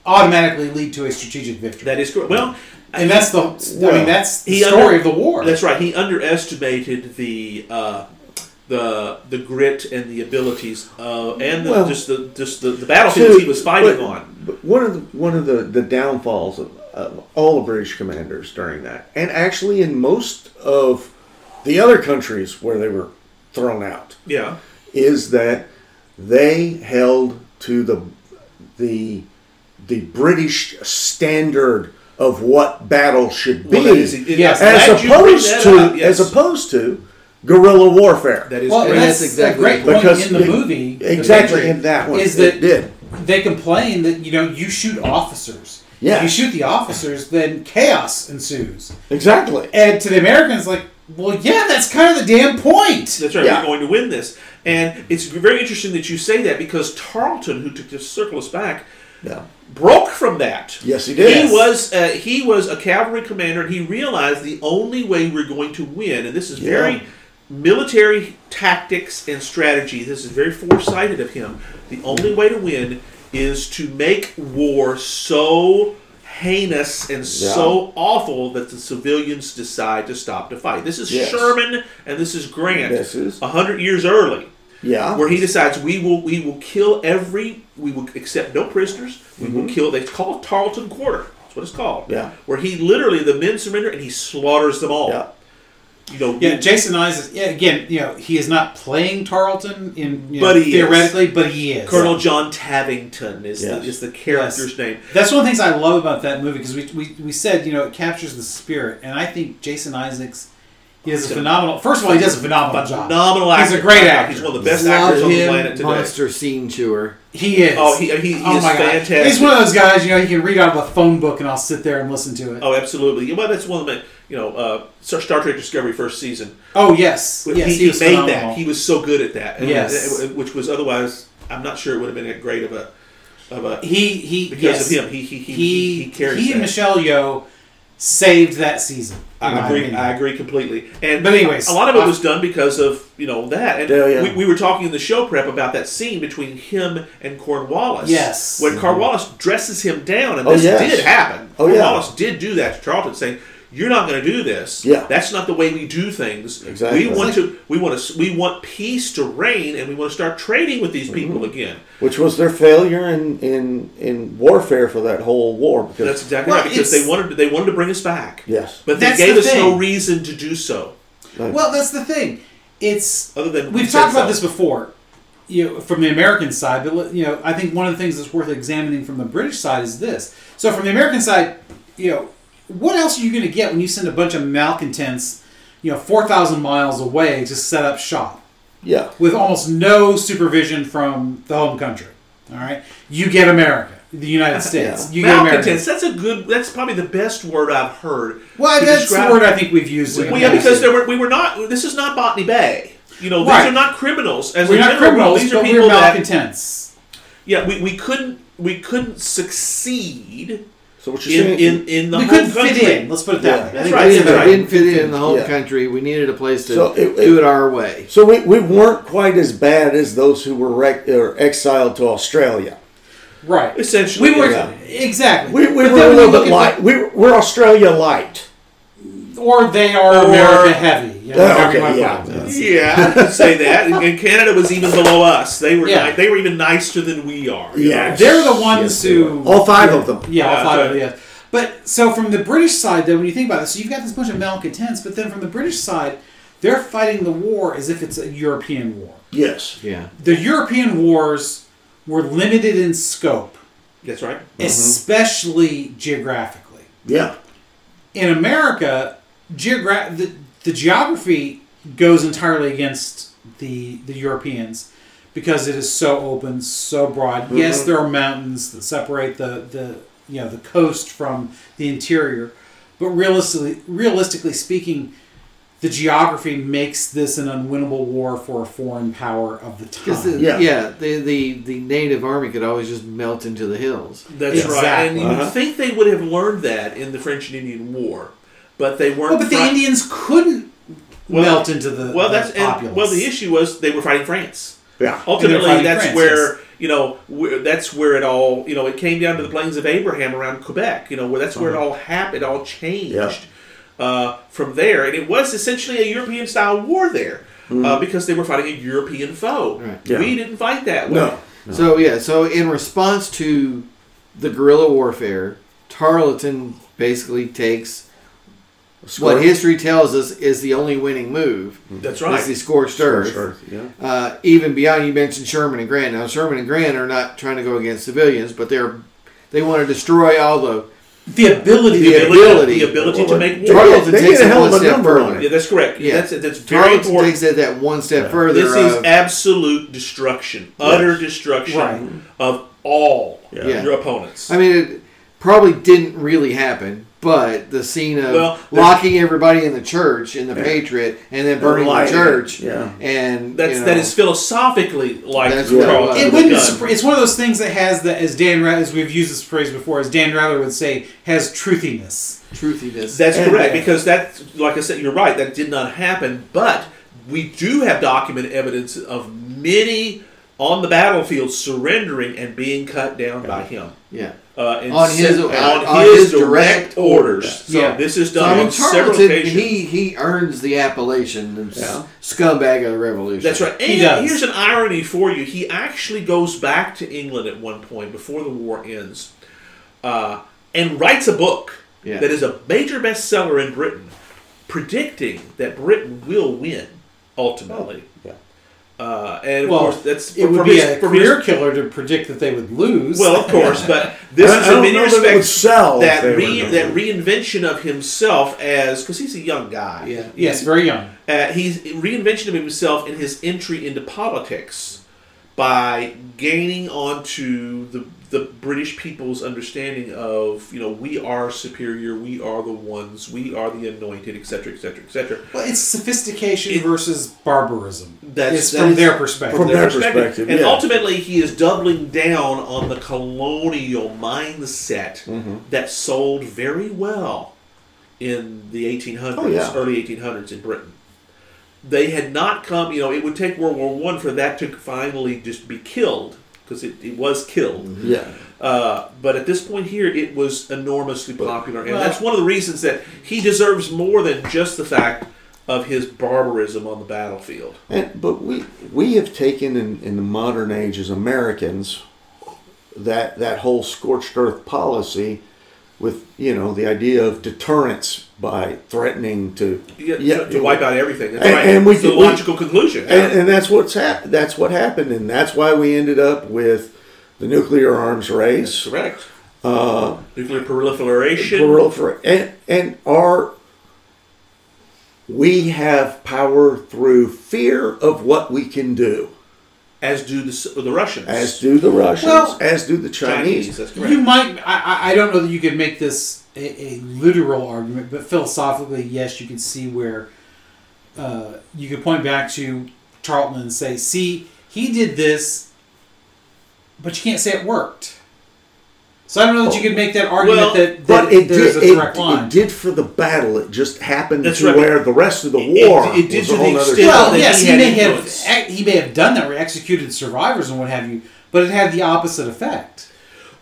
C: automatically lead to a strategic victory,
A: That is correct. Well,
C: and that's the I
D: Well,
C: mean that's the
A: he
C: story
A: under-
C: of the war.
A: That's right. He underestimated the uh, the the grit and the abilities uh, and the,
D: Well,
A: just the just the, the battlefields he was fighting
D: but-
A: on.
D: But one of the, one of the, the downfalls of, of all the British commanders during that, and actually in most of the other countries where they were thrown out,
A: Yeah,
D: is that they held to the the the British standard of what battle should be,
A: Well, that is- it-
C: Yes,
A: I'm
D: as
A: glad you bring
D: opposed
A: that
D: to
A: up, yes.
D: as opposed to guerrilla warfare.
A: that is
C: Well,
A: correct.
C: and that's,
B: that's exactly
C: exactly a great
B: the
C: point
B: point.
D: because
C: in the
D: it-
C: movie. The
D: exactly
C: Patriot,
D: in that one
C: is that
D: it did.
C: they complain that you know you shoot officers.
D: Yeah.
C: If you shoot the officers, then chaos ensues.
D: Exactly.
C: And to the Americans, like, well, yeah, that's kind of the damn point.
A: That's right.
D: Yeah.
A: We're going to win this, and it's very interesting that you say that because Tarleton, who took to circle us back,
D: Yeah.
A: broke from that.
D: Yes, he did.
A: He was uh, he was a cavalry commander, and he realized the only way we're going to win, and this is
D: Yeah.
A: very military tactics and strategy. This is very foresighted of him. The only way to win is to make war so heinous and so awful that the civilians decide to stop to fight. This is
D: Yes.
A: Sherman and this is Grant.
D: This is-
A: a hundred years early
D: Yeah.
A: where he decides we will we will kill every we will accept no prisoners. We will kill. They call it Tarleton Quarter. That's what it's called.
D: Mm-hmm. Yeah.
A: Where he literally the men surrender and he slaughters them all.
D: Yeah.
A: You know.
C: Yeah, Jason Isaacs. is yeah, again, you know, he is not playing Tarleton in you know,
A: But he is.
C: theoretically, but he is.
A: Colonel John Tavington is
D: Yes.
A: the, is the character's
C: Yes.
A: name.
C: That's one of the things I love about that movie because we, we, we said you know it captures the spirit, and I think Jason Isaacs he does a phenomenal. First of all, he does a phenomenal job.
A: Phenomenal actor.
C: He's a great actor.
A: He's one of the best
B: Love
A: actors on the
B: him,
A: planet today.
B: Monster scene chewer.
C: He is.
A: Oh, he, he, he is fantastic.
C: God. He's one of those guys, you know, you can read out of a phone book and I'll sit there and listen to it. Oh,
A: oh, absolutely. Well, that's one of the you know uh, Star Trek Discovery first season.
C: Oh, yes.
A: But
C: yes,
A: he,
C: he,
A: he
C: was
A: made
C: phenomenal.
A: that. He was so good at that. And
C: Yes.
A: that- which was otherwise, I'm not sure it would have been that great of a of a
C: he he
A: because
C: yes.
A: of him. He he he,
C: He
A: he, he carries
C: he and
A: that.
C: Michelle Yeoh saved that season. in my
A: I agree.
C: opinion.
A: I agree completely. And
C: But anyways, uh,
A: a lot of it
C: I-
A: was done because of you know that. And
D: Yeah, yeah.
A: We, we were talking in the show prep about that scene between him and Cornwallis.
C: Yes.
A: when Cornwallis dresses him down, and
D: Mm-hmm. Oh,
A: this
D: yes.
A: did happen.
D: Oh, yeah.
A: Cornwallis did do that to Charlton, saying. You're not going to do this.
D: Yeah.
A: that's not the way we do things.
D: Exactly.
A: We want to. We want to. We want peace to reign, and we want to start trading with these people
D: Mm-hmm.
A: again.
D: which was their failure in, in, in warfare for that whole war. Because
A: That's exactly
C: Well,
A: right because
C: it's-
A: they wanted. To, they wanted to bring us back.
D: Yes.
A: but they
C: That's
A: gave
C: the
A: us no
C: thing.
A: reason to do so.
C: Well, that's the thing. It's
A: Other than
C: we've
A: we said
C: talked about
A: so.
C: this before, you know, from the American side. But you know, I think one of the things that's worth examining from the British side is this. So, from the American side, you know, what else are you going to get when you send a bunch of malcontents, you know, four thousand miles away to set up shop?
D: yeah,
C: with almost no supervision from the home country. All right, you get America, the United States. You get
A: Malcontents.
C: America.
A: That's a good. That's probably the best word I've heard.
C: Well,
A: to
C: that's
A: describe-
C: the word I think we've used. in
A: Well, yeah,
C: the
A: because
C: past.
A: there were, we were not. This is not Botany Bay. You know, these
C: Right.
A: are not criminals. As
C: we're
A: a
C: not
A: general rule.
C: criminals,
A: These are
C: but
A: people
C: we're
A: that.
C: malcontents.
A: Yeah, we, we couldn't we couldn't succeed
D: so what you're
A: in,
D: saying
A: in, in the
C: we
A: home
C: couldn't
A: country.
C: fit in. Let's put it
D: Yeah,
C: that way. I
A: that's
C: think
A: right. That's
B: We
C: that's
B: didn't,
C: about
A: right.
B: we
C: it.
B: didn't fit in the home
D: Yeah.
B: country. We needed a place to
D: So it-
B: do it our way.
D: so we, we weren't quite as bad as those who were rec- or exiled to Australia.
C: Right.
A: Essentially,
C: we were
A: yeah.
C: exactly.
D: We, we
C: But
D: were
C: then
D: a
C: when you
D: little
C: look
D: bit
C: at
D: light. we, we're Australia light.
C: the- or they are
A: Or-
C: America heavy. You know,
D: Oh,
C: however you
D: okay,
C: wanna put
D: yeah.
C: it.
A: Yeah, I could say that. And, and Canada was even below us. They were
C: Yeah.
A: ni- they were even nicer than we are. you
D: Yeah.
C: They're the ones
D: Yes, they
C: who
D: were. All five of them.
C: Yeah, all
A: Yeah,
C: five of
A: that's
C: them. Yes. But so from the British side, though, when you think about this, so you've got this bunch of malcontents, but then from the British side, they're fighting the war as if it's a European war.
D: Yes.
B: Yeah.
C: The European wars were limited in scope,
A: know. That's right.
C: especially geographically.
D: Yeah.
C: In America, geogra- the, the geography goes entirely against the the Europeans because it is so open, so broad.
A: Mm-hmm.
C: Yes, there are mountains that separate the, the you know the coast from the interior, but realistically realistically speaking, the geography makes this an unwinnable war for a foreign power of the time.
B: Because the,
D: Yeah.
B: yeah, the, the the native army could always just melt into the hills.
A: That's right. And
C: Exactly. Uh-huh.
A: you would think they would have learned that in the French and Indian War, but they weren't.
C: well, but the
A: Fran-
C: Indians couldn't
A: Well,
C: melt into the
A: well,
C: the
A: that's and,
C: populace.
A: well. The issue was they were fighting France.
D: Yeah.
C: Oh,
A: Ultimately,
C: fighting
A: that's
C: France,
A: where
C: yes.
A: you know where, that's where it all you know it came down to the plains of Abraham around Quebec. You know where that's where it all happened. It all changed
D: Yeah.
A: uh, from there, and it was essentially a European style war there. Uh, because they were fighting a European foe,
B: Right.
D: Yeah.
A: we didn't fight that way.
D: No.
B: So yeah, so in response to the guerrilla warfare, Tarleton basically takes
D: Scorch-
B: what history tells us is the only winning move.
A: That's
B: Is the
A: right.
B: scorched earth.
D: Scorched earth, yeah.
B: Uh, even beyond, you mentioned Sherman and Grant. Now Sherman and Grant are not trying to go against civilians, but they're they want to destroy all the
C: the ability
A: The
C: to
A: ability,
B: ability-
A: the ability to make war.
B: Tarleton
D: They
B: takes
D: get a
B: it
D: hell
B: one
D: of a
B: step
D: number on
B: further.
D: it.
A: Yeah, that's correct.
B: Yeah.
A: That's that's very
B: Tarleton
A: important.
B: takes it that one step further.
A: This is
B: of-
A: absolute destruction, utter destruction
C: Right.
A: of all
B: Yeah.
A: your opponents.
B: I mean, it probably didn't really happen, but the scene of
A: Well, the-
B: locking everybody in the church in the Patriot and then burning the
D: lighting it,
B: church,
D: yeah.
B: and
A: That's
B: you know,
A: that is philosophically like
B: That's
A: the
B: what
A: Carl
B: it was.
A: with
C: It
A: the
C: wouldn't.
A: gun.
C: surpri- It's one of those things that has the, as Dan Rather, as we've used this phrase before, as Dan Rather would say, has truthiness.
B: truthiness.
A: That's
D: And-
A: correct because that's like I said, you're right. That did not happen, but we do have documented evidence of many on the battlefield surrendering and being cut down by him.
B: yeah.
A: Uh, in
B: On his-
A: se-
B: on-
A: on
B: on
A: his
B: his
A: direct
B: direct
A: orders. So
C: Yeah.
A: this is
B: So, I
A: done
B: mean,
A: on several
B: Tarleton,
A: occasions.
B: he he earns the appellation of s-
D: Yeah.
B: scumbag of the revolution.
A: That's right. And
C: He does.
A: here's an irony for you. He actually goes back to England at one point before the war ends uh, and writes a book
B: Yeah.
A: that is a major bestseller in Britain, predicting that Britain will win ultimately.
D: yeah.
A: Uh, and of
C: Well,
A: course, that's
C: It would
A: from
C: be
A: his-
C: a
A: from
C: career
A: his-
C: killer to predict that they would lose.
A: Well, of course, but this
D: I-
A: is
D: I
A: in
D: don't
A: many
D: know that it would
A: respects
D: sell if
A: that,
D: they were
A: re-
D: to
A: that reinvention of himself as because he's a young guy.
B: Yeah.
C: yes, very young.
A: Uh, he's reinvention of himself in his entry into politics by gaining onto the the British people's understanding of you know we are superior, we are the ones, we are the anointed, etc., etc., etc.
C: Well, it's sophistication
A: It-
C: versus barbarism.
A: That's-
C: It's
A: that
C: from
A: is-
C: their perspective.
D: From their perspective,
A: and
D: yeah.
A: ultimately he is doubling down
D: Mm-hmm.
A: on the colonial mindset that sold very well in the 1800s,
D: Oh, yeah.
A: early 1800s in Britain. They had not come, you know, it would take World War One for that to finally just be killed, because it, it was killed.
D: Yeah.
A: Uh, but at this point here, it was enormously popular, and that's one of the reasons that he deserves more than just the fact of his barbarism on the battlefield.
D: And, but we we have taken in, in the modern age as Americans that that whole scorched earth policy with you know the idea of deterrence by threatening to
A: Yeah, to, to wipe out everything. That's
D: And-
A: right.
D: and we
A: It's the
D: did- we-
A: logical conclusion.
D: and, and that's what's hap- that's what happened and that's why we ended up with the nuclear arms race
A: Correct.
D: Uh,
A: Nuclear proliferation.
D: plural for and and our we have power through fear of what we can do
A: as do the, S- the Russians.
D: as do the Russians
C: Well-
D: as do the
A: Chinese.
D: Chinese.
A: That's correct.
C: You might. I, I- I don't know that you could make this a, a literal argument, but philosophically, yes, you can see where uh, you could point back to Tarleton and say, "See, he did this," but you can't say it worked. So I don't know that you could make that argument
A: Well,
C: that, that
D: But it
C: there's
D: did,
C: a
D: it,
C: direct line.
D: it did for the battle. It just happened
A: That's
D: to
A: right.
D: where the rest of the
A: It- it-
D: war
A: it did
D: was
A: to
D: a
A: the
D: whole other
A: extent
D: story.
A: that
C: Well,
A: he
C: yes, he,
A: had
C: may
A: influence.
C: have e, he may have done that or executed survivors and what have you, but it had the opposite effect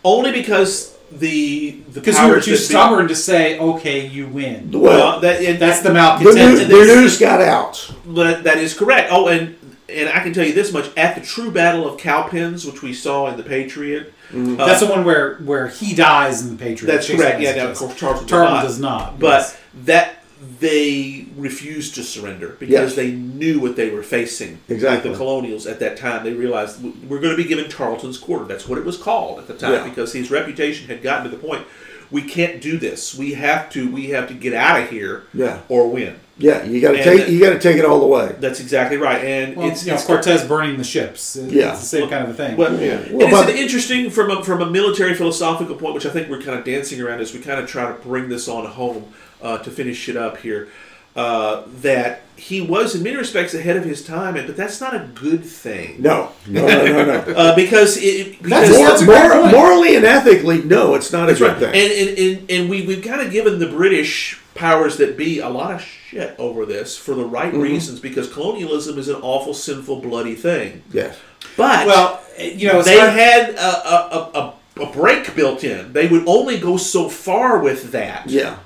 A: Only because the the
C: because we were
A: powers
C: too
A: that be-
C: stubborn to say, "Okay, you win."
A: Well,
D: Well,
A: that, and
C: That's the
D: the,
C: malcontent.
D: news,
C: of
D: the
C: this.
D: news got out.
A: But that is correct. Oh, and and I can tell you this much: at the true battle of Cowpens, which we saw in the Patriot,
D: Mm-hmm.
A: uh,
C: That's the one where where he dies in the Patriot.
A: that's
C: Jason
A: correct.
C: Isaacs
A: Yeah, now of
C: does.
A: course Charlton,
C: Tarleton
A: does
C: does not.
A: but
C: yes.
A: that they refused to surrender because
D: Yes.
A: they knew what they were facing.
D: Exactly.
A: the colonials at that time they realized "W- we're going to be given Tarleton's Quarter. That's what it was called at the time
D: Yeah.
A: because his reputation had gotten to the point. We can't do this. We have to. We have to get out of here.
D: Yeah.
A: or win.
D: Yeah, you got to
A: And
D: take
A: that-
D: you got to take it all the way.
A: That's exactly right. And
C: well,
A: it's,
C: you know,
A: it's
C: Cortez burning the ships. It's
D: Yeah.
C: the same kind of a thing.
A: Well,
D: Yeah.
A: and
D: Well,
A: it's
D: but-
A: an interesting from a, from a military philosophical point, which I think we're kind of dancing around as we kind of try to bring this on home uh, to finish it up here. Uh, that he was in many respects ahead of his time, and but that's not a good thing
D: No, no, no, no, no.
A: uh, because it because
C: That's- that's a great
D: Mor-
C: point.
D: morally and ethically, no, it's not
A: That's
D: a
A: right. And,
D: good thing.
A: and, and, and we, we've kind of given the British powers that be a lot of shit over this for the right
D: Mm-hmm.
A: reasons because colonialism is an awful, sinful, bloody thing.
D: yes.
A: But
C: well, you know, it's
A: they
C: hard-
A: had a, a, a, a, a break built in. They would only go so far with that.
D: Yeah.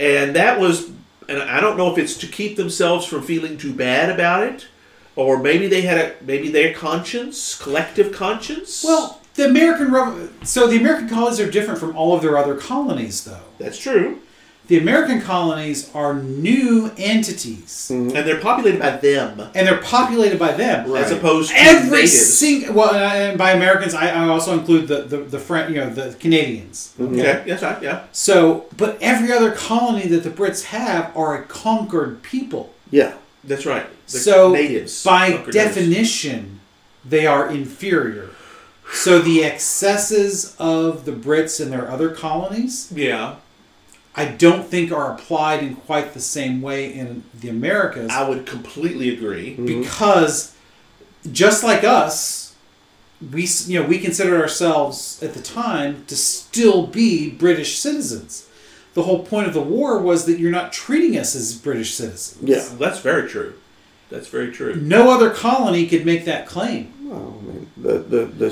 A: And that was, and I don't know if it's to keep themselves from feeling too bad about it, or maybe they had a, maybe their conscience, collective conscience.
C: well, the American Revo- so the American colonies are different from all of their other colonies, though.
A: that's true.
C: The American colonies are new entities,
A: And they're populated by them.
C: and they're populated by them.
A: As opposed to
C: every
A: natives.
C: single well, and by Americans, I, I also include the the, the French, you know, the
A: Mm.
C: Canadians.
A: Okay, yes, I, yeah.
C: So, but every other colony that the Brits have are a conquered people.
D: Yeah.
A: That's right. They're
C: so,
A: natives.
C: by
A: Conquered natives.
C: definition, they are inferior. So, the excesses of the Brits and their other colonies,
A: Yeah.
C: I don't think are applied in quite the same way in the Americas
A: I would completely agree.
D: Mm-hmm.
C: because just like us, we s- you know we considered ourselves at the time to still be British citizens. The whole point of the war was that you're not treating us as British citizens.
D: Yeah.
A: That's very true. That's very true.
C: No other colony could make that claim.
D: Well, I mean, the, the the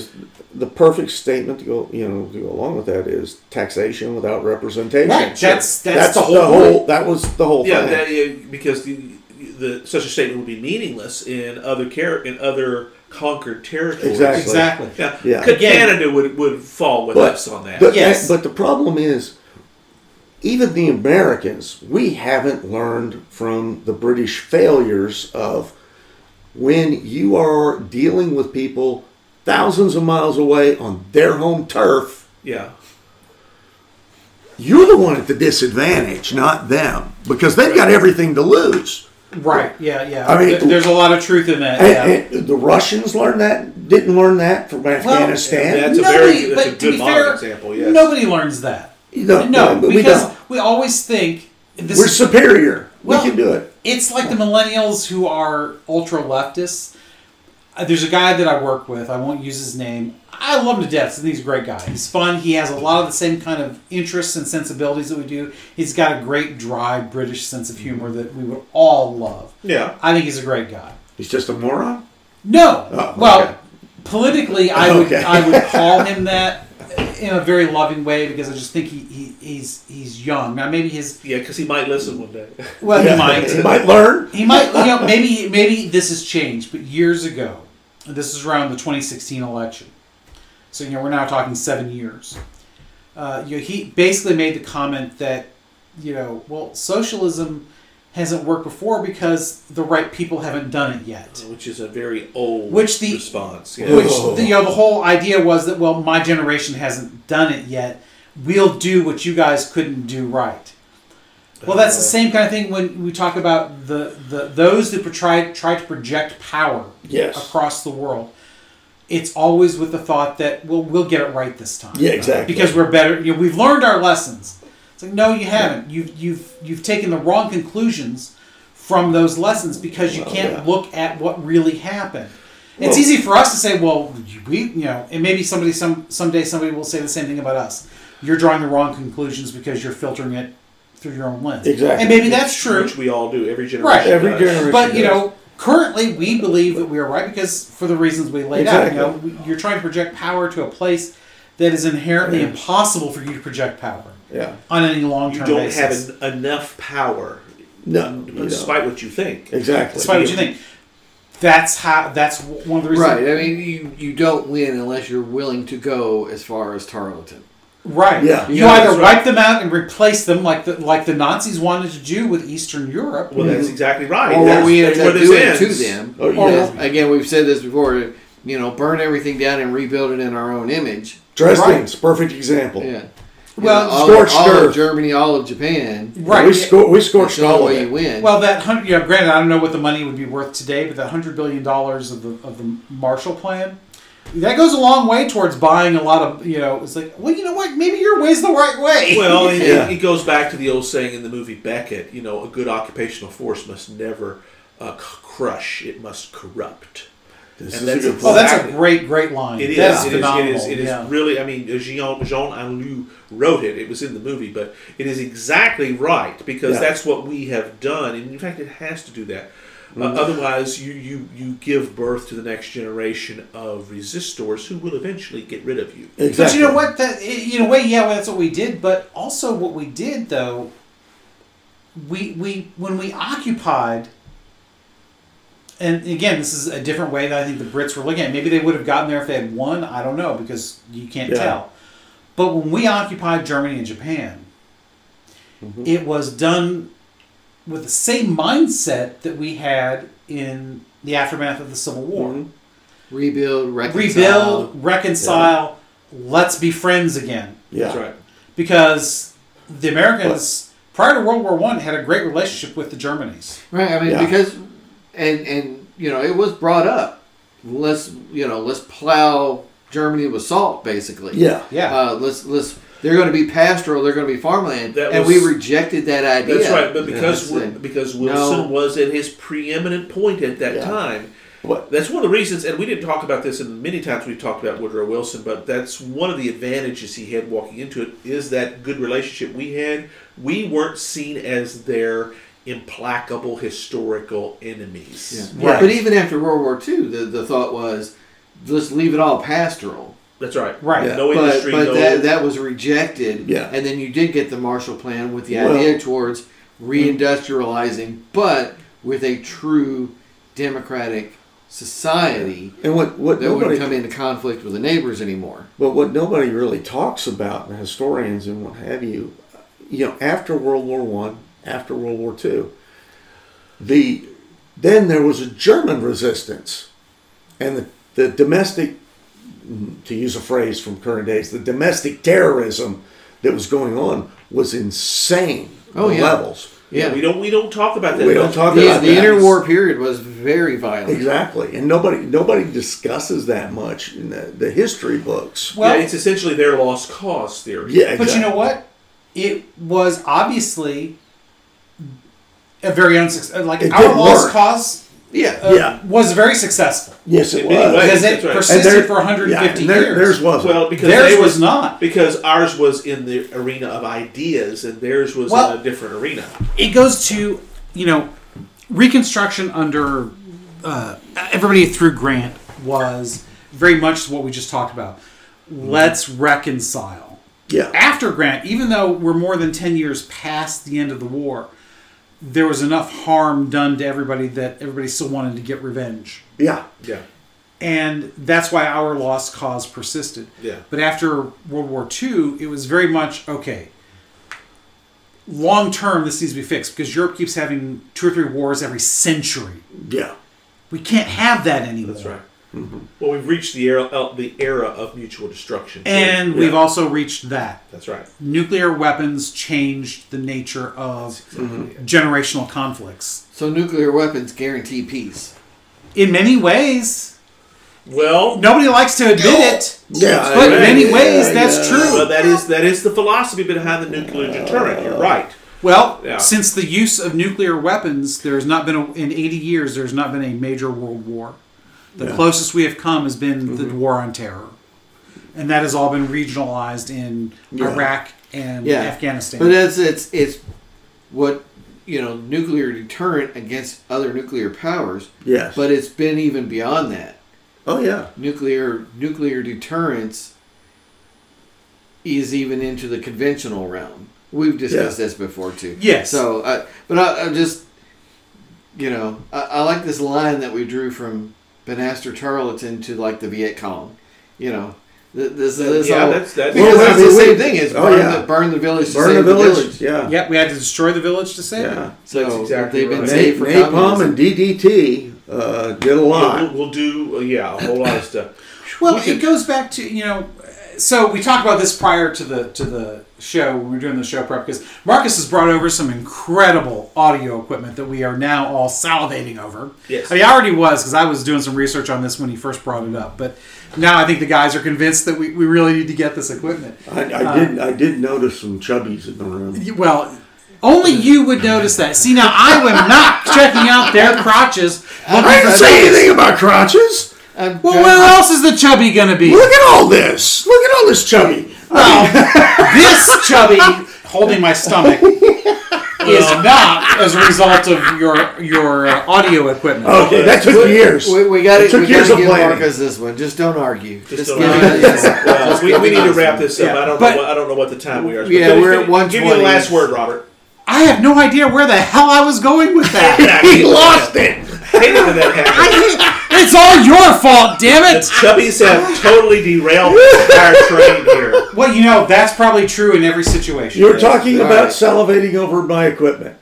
D: the perfect statement to go you know to go along with that is taxation without representation.
C: Right, that's- that's the
D: the
C: whole
D: whole.
C: point.
D: that was the whole
A: Yeah,
D: thing.
A: that, yeah, because the, the such a statement would be meaningless in other care in other conquered territories.
D: Exactly.
C: Exactly.
A: Yeah.
D: Yeah.
A: Ca-
C: Again-
A: Canada would, would fall with us on that.
D: But,
C: Yes.
D: but the problem is, even the Americans, we haven't learned from the British failures of when you are dealing with people thousands of miles away on their home turf,
A: yeah.
D: you're the one at the disadvantage, not them, because they've got everything to lose.
C: Right. Yeah. Yeah.
D: I mean-
C: There- there's a lot of truth in that.
D: And-
C: yeah.
D: and the Russians learned that, didn't learn that from Afghanistan.
A: That's a
C: Nobody-
A: very- that's a
C: but to
A: good
C: be
A: modern
C: fair,
A: example, yes.
C: Nobody learns that.
D: No,
C: no,
D: no, but we
C: because
D: don't.
C: we, always think this
D: We're
C: is
D: superior.
C: Well-
D: we can do it.
C: it's like the millennials who are ultra leftists. uh, there's a guy that I work with. I won't use his name. I love him to death. I think He's a great guy. He's fun. He has a lot of the same kind of interests and sensibilities that we do. He's got a great, dry British sense of humor that we would all love.
A: Yeah.
C: I think he's a great guy.
D: He's just a moron.
C: No.
D: Oh,
C: well,
D: okay.
C: politically, I would
D: Okay.
C: I would call him that in a very loving way because I just think he, he he's he's young. Now maybe his
A: Yeah, because he might listen one day.
C: well
D: Yeah,
C: he might
D: He might learn.
C: he might you know maybe maybe this has changed, but years ago, this is around the 2016 election. So you know we're now talking seven years. Uh, you know, he basically made the comment that you know well socialism hasn't worked before because the right people haven't done it yet.
A: Which is a very old
C: Which the-
A: response. Yeah.
C: Which
D: Oh.
C: you know, the whole idea was that well, my generation hasn't done it yet. We'll do what you guys couldn't do right. Well, that's the
D: Uh-huh.
C: same kind of thing when we talk about the, the those that try try to project power
D: Yes.
C: across the world. It's always with the thought that well, we'll get it right this time.
D: Yeah, exactly.
C: Because we're better. You know, we've learned our lessons. It's like no, you haven't. You've you've you've taken the wrong conclusions from those lessons because
D: Oh,
C: you can't look at what really happened. It's easy for us to say, well, we, you know, and maybe somebody some someday somebody will say the same thing about us. You're drawing the wrong conclusions because you're filtering it through your own lens.
D: Exactly.
C: And maybe that's true.
A: Which we all do. Every generation.
C: Right.
D: Every
A: does.
D: generation.
C: But you
D: does.
C: know, currently we believe that we are right because for the reasons we laid out, you
D: Exactly.
C: know, we- you're trying to project power to a place that is inherently impossible for you to project power
D: Yeah.
C: on any long
A: You
C: term
A: don't
C: basis.
A: have en- enough power,
D: No. you know.
A: despite what you think.
D: Exactly.
C: Despite what you think, that's how. That's one of the reasons.
B: Right. I mean, you, you don't win unless you're willing to go as far as Tarleton.
C: Right.
D: Yeah.
C: You
B: Yeah,
C: either
B: that's
C: wipe
B: right.
C: them out and replace them like the like the Nazis wanted to do with Eastern Europe.
A: Well,
D: Mm-hmm.
A: that's exactly right.
B: Or
A: that's,
B: what we
A: that's
B: ended
A: where this
B: up doing
A: ends.
B: to them.
D: Oh,
C: Or-
D: yeah.
B: Again, we've said this before. You know, burn everything down and rebuild it in our own image.
D: Dresden's perfect example.
B: Yeah. You
C: Well,
B: know, all,
D: scorched
B: all
D: earth.
B: of Germany, all of Japan.
C: right.
D: We, scor- we
B: That's
D: scorched
B: the only
D: all of
B: way you
D: it.
B: win.
C: Well, that hundred. Yeah, granted, I don't know what the money would be worth today, but that hundred billion dollars of the of the Marshall Plan, that goes a long way towards buying a lot of. You know, it's like, well, you know what? Maybe your way's the right way.
A: Well, it-
D: Yeah.
A: it, it goes back to the old saying in the movie Beckett. You know, a good occupational force must never uh, c- crush; it must corrupt.
D: This
A: And
D: is a
A: that's a-
D: good point.
C: oh, that's
A: exactly.
C: a great, great line.
A: It is. It
C: That's
A: is. It
C: phenomenal.
A: is. It is
C: yeah.
A: really. I mean, Jean Jean Anlou wrote it. It was in the movie, but it is exactly right because
D: Yeah.
A: that's what we have done, and in fact, it has to do that. Uh,
D: Mm-hmm.
A: otherwise, you, you you give birth to the next generation of resistors who will eventually get rid of you.
C: But
D: exactly.
C: you know what? That eh, in a way, yeah, well, that's what we did. But also, what we did though, we we when we occupied, and again, this is a different way that I think the Brits were looking at. it. Maybe they would have gotten there if they had won. I don't know because you can't
D: Yeah.
C: tell. But when we occupied Germany and Japan,
D: Mm-hmm.
C: it was done with the same mindset that we had in the aftermath of the Civil War
D: Mm-hmm.
B: rebuild, reconcile.
C: rebuild, reconcile, let's be friends again.
D: Yeah.
A: That's right.
C: Because the Americans prior to World War One had a great relationship with the Germanies.
B: Right. I mean,
D: Yeah.
B: because and and you know, it was brought up. Let's you know, let's plow Germany with salt, basically.
D: Yeah.
C: Yeah.
B: Uh, let's let's. They're going to be pastoral. They're going to be farmland,
A: That
B: and
A: was-
B: we rejected that idea.
A: That's right. But because
B: Yeah.
A: Wi- because Wilson
B: No.
A: was at his preeminent point at that
D: Yeah.
A: time,
D: What?
A: That's one of the reasons, and we didn't talk about this, and many times we've talked about Woodrow Wilson, but that's one of the advantages he had walking into it is that good relationship we had. We weren't seen as their implacable historical enemies.
B: Yeah.
C: Right.
B: But even after World War II, the, the thought was, let's leave it all pastoral.
A: That's right.
C: Right.
A: No
B: But,
A: industry,
B: but
A: no.
B: that, that was rejected.
D: Yeah.
B: And then you did get the Marshall Plan with the
D: Well-
B: idea towards reindustrializing, but with a true democratic society
D: And what? What?
B: that wouldn't
D: Nobody.
B: come into conflict with the neighbors anymore.
D: But what nobody really talks about, and historians and what have you, you know, after World War One, after World War Two, the then there was a German resistance, and the, the domestic, to use a phrase from current days, the domestic terrorism that was going on was insane
B: Oh, yeah.
D: levels.
A: yeah.
B: Yeah.
A: we don't we don't talk about that.
D: We don't
A: much.
D: talk
B: The,
D: about
B: the
D: that.
B: interwar period was very violent.
D: Exactly, and nobody nobody discusses that much in the, the history books.
C: well,
A: yeah, it's essentially their lost cause theory.
C: but
D: Yeah,
C: you
D: exactly.
C: know what? It was obviously a very unsuccessful. Like
D: It
C: our
D: didn't
C: lost
D: work.
C: cause
B: Yeah.
C: uh,
D: Yeah.
C: was very successful
D: Yes, it
A: In many
D: was.
A: ways.
C: because it
A: that's right.
D: And
C: persisted
D: there-
C: for 150
D: yeah, and there-
C: years.
D: Theirs wasn't.
A: Well, because
C: Theirs
A: they
C: was not.
A: because ours was in the arena of ideas, and theirs was
C: Well-
A: in a different arena.
C: it goes to you know reconstruction under uh, everybody through grant was very much what we just talked about let's reconcile
D: yeah.
C: after grant even though we're more than 10 years past the end of the war there was enough harm done to everybody that everybody still wanted to get revenge
D: Yeah.
A: Yeah.
C: and that's why our lost cause persisted.
A: Yeah.
C: But after World War II, it was very much okay. Long term, this needs to be fixed because Europe keeps having two or three wars every century.
D: Yeah.
C: We can't have that anymore.
A: That's right. Mm-hmm. Well, we've reached the era, uh, the era of mutual destruction,
C: And
A: Yeah.
C: we've also reached that.
A: that's right.
C: Nuclear weapons changed the nature of
A: Mm-hmm.
C: generational conflicts.
B: So nuclear weapons guarantee peace.
C: In many ways,
A: Well,
C: nobody likes to admit it,
D: Yeah.
C: but in many
D: yeah,
C: ways,
D: yeah,
C: that's
D: yeah.
C: true.
A: well, that is that is the philosophy behind the nuclear deterrent. You're right.
C: Well,
A: Yeah.
C: since the use of nuclear weapons, there's not been a, in 80 years there's not been a major world war. The closest we have come has been
B: Mm-hmm.
C: the war on terror, and that has all been regionalized in Iraq and
B: Yeah.
C: Afghanistan.
B: But that's it's it's what you know nuclear deterrent against other nuclear powers.
D: Yes.
B: But it's been even beyond that.
D: Oh yeah.
B: Nuclear nuclear deterrence is even into the conventional realm. We've discussed
D: Yeah.
B: this before too.
C: Yes.
B: So, uh, but I, I'm just you know I, I like this line that we drew from Benaster Tarleton to like the Viet Cong. You know. Th- This, this
A: Yeah,
B: all-
A: that's- that's-
B: because
D: Well,
B: that's
D: I mean,
B: the same
D: we-
B: thing. Is
D: oh,
B: burn,
D: yeah.
B: the, burn the village, to
D: Burn the
B: save
D: village. Yeah.
C: yeah, we had to destroy the village to save
D: Yeah.
C: it.
B: So
A: That's exactly
B: they've been
A: right.
B: saved for
D: Napalm
B: communism.
D: and DDT uh, did a
A: Yeah, we'll,
D: lot.
A: we'll do uh, yeah a whole lot of stuff.
C: Well,
A: We
C: it
A: could-
C: goes back to you know. So we talked about this prior to the to the show when we were doing the show prep because Marcus has brought over some incredible audio equipment that we are now all salivating over.
A: Yes.
C: I mean, I already was because I was doing some research on this when he first brought it up, but now I think the guys are convinced that we, we really need to get this equipment.
D: I, I did. I did notice some chubbies in the room.
C: You- Well, only you would notice that. See, now I am not checking out their crotches.
D: I
C: Looking
D: didn't
C: for
D: say anything about crotches.
B: I'm
C: well,
B: trying-
C: where else is the chubby gonna be?
D: Look at all this. Look at all this chubby.
C: this chubby holding my stomach is not as a result of your your uh, audio equipment.
D: Okay, that took years.
B: we, we got
D: It
B: it.
D: took
B: We got
D: years
B: to
D: of
B: give
D: planning.
B: Marcus this one. Just don't argue. Just,
A: don't
B: give
A: argue.
B: it. yes.
A: uh, Well, we, we need to
B: honest
A: wrap this up.
C: Yeah,
A: I don't
C: but-
A: know. What, I don't know what the time we are.
B: Yeah,
A: But
B: we're at
A: give- Give
B: 120.
A: me the last word, Robert.
C: I have no idea where the hell I was going with that.
D: he lost it.
A: Hated when that happened.
C: it's all your fault, damn
A: The
C: it!
A: Chubbies have totally derailed the entire train here.
C: Well, you know that's probably true in every situation.
D: You're talking
B: All
D: about
B: right.
D: salivating over my equipment,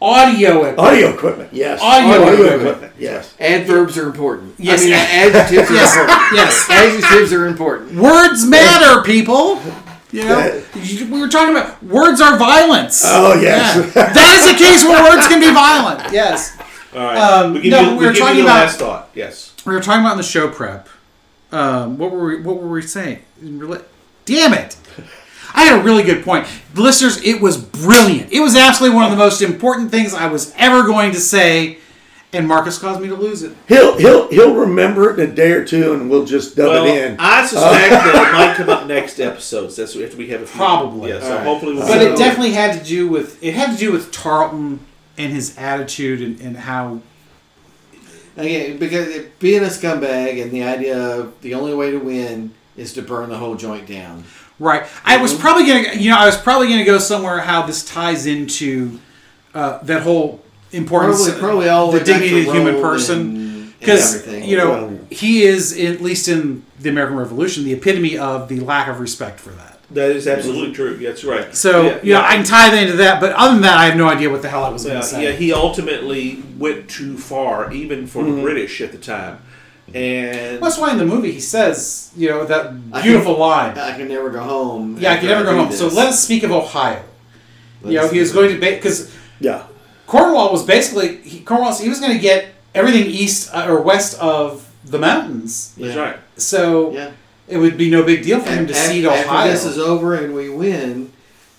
C: audio equipment.
D: audio equipment. Yes,
C: Audio equipment.
D: Yes.
B: Adverbs are important.
C: Yes.
B: I mean, adjectives are
C: Yes,
B: important.
C: yes.
B: Adjectives are important.
C: Words matter, people. You know, You- we were talking about words are violence.
D: Oh yes.
C: Yeah. that is a case where words can be violent. Yes.
A: All right.
C: Um,
A: we give
C: no,
A: you, we
C: we were
A: give you
C: talking
A: the
C: about-
A: last thought. Yes.
C: we were talking about in the show prep. Um, what were we? What were we saying? In rela- Damn it! I had a really good point, listeners. It was brilliant. It was absolutely one of the most important things I was ever going to say, and Marcus caused me to lose it.
D: He'll he'll he'll remember it in a day or two, and we'll just dub
A: Well,
D: it in.
A: I suspect that it might come up next episodes. That's after we have a few.
C: Probably.
A: Yeah.
B: All
A: So
B: right.
A: hopefully we'll.
C: But
A: So-
C: it definitely had to do with it had to do with Tarleton and his attitude and, and how
B: Again, because it, being a scumbag and the idea of the only way to win is to burn the whole joint down.
C: Right. I was probably gonna, you know, I was probably gonna go somewhere how this ties into uh, that whole importance,
B: Probably, probably all
C: the
B: with
C: dignity of the
B: Dr.
C: human
B: Roll
C: person,
B: and- and
C: because
B: everything.
C: you know
D: Well-
C: he is at least in the American Revolution the epitome of the lack of respect for that.
A: that is absolutely true. That's right.
C: So
A: Yeah,
C: you know, I can tie that into that, but other than that, I have no idea what the hell I was gonna
A: Yeah,
C: say.
A: yeah, he ultimately went too far, even for the British at the time. And
C: That's why in the movie he says, you know, that
B: I
C: beautiful
B: can-
C: line.
B: I can never go home.
C: yeah, I
B: after
C: can never go
B: do
C: home.
B: this.
C: So let us speak of Ohio.
B: Let
C: you know,
B: us
C: he was
B: do
C: going to because.
D: yeah.
C: Cornwall was basically he, Cornwall. He was going to get everything east uh, or west of the mountains,
A: that's
B: Yeah.
A: right.
C: so
B: Yeah.
C: it would be no big deal for him to
B: Af-
C: cede
B: after
C: Ohio.
B: this is over and we win,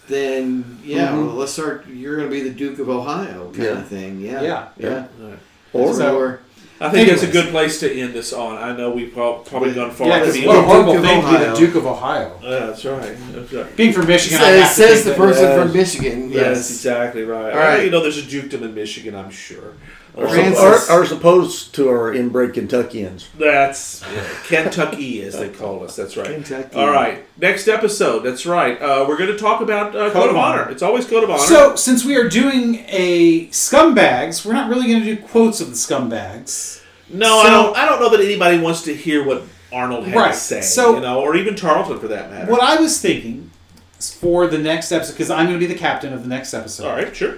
C: Mm-hmm.
B: then yeah, well, let's start. You're going to be the Duke of Ohio kind
D: Yeah.
B: of thing. Yeah,
C: Yeah.
B: yeah.
A: All right.
D: Or
B: So,
A: I think that's a
C: Anyways.
A: good place to end this on. I know we've prob- probably gone far.
C: Yeah,
A: afield.
C: because
B: mean,
C: what a
B: Duke
C: horrible
B: of
C: thing to be the
B: Ohio.
C: Duke of Ohio.
A: Yeah, that's right. That's right.
C: Being from Michigan, I
B: says,
C: have to
B: says the
C: think that-
B: person
A: yes.
B: from Michigan.
A: Yes,
B: Yes.
A: exactly right.
B: All right.
A: You know, there's a dukedom in Michigan, I'm sure.
D: or,
B: Francis.
D: or, or as opposed to our inbred Kentuckians.
A: That's Kentucky, as they call us. That's right.
B: Kentucky.
A: All right. Next episode. That's right. Uh, we're going to talk about uh, Code, of Honor. It's always Code of Honor.
C: So, since we are doing a scumbags, we're not really going to do quotes of the scumbags.
A: no, I
C: so-
A: don't. I don't know that anybody wants to hear what Arnold had
C: Right,
A: to say.
C: so-
A: you know, or even Tarleton for that matter.
C: What I was thinking is for the next episode, because I'm going to be the captain of the next episode,
A: All right. Sure.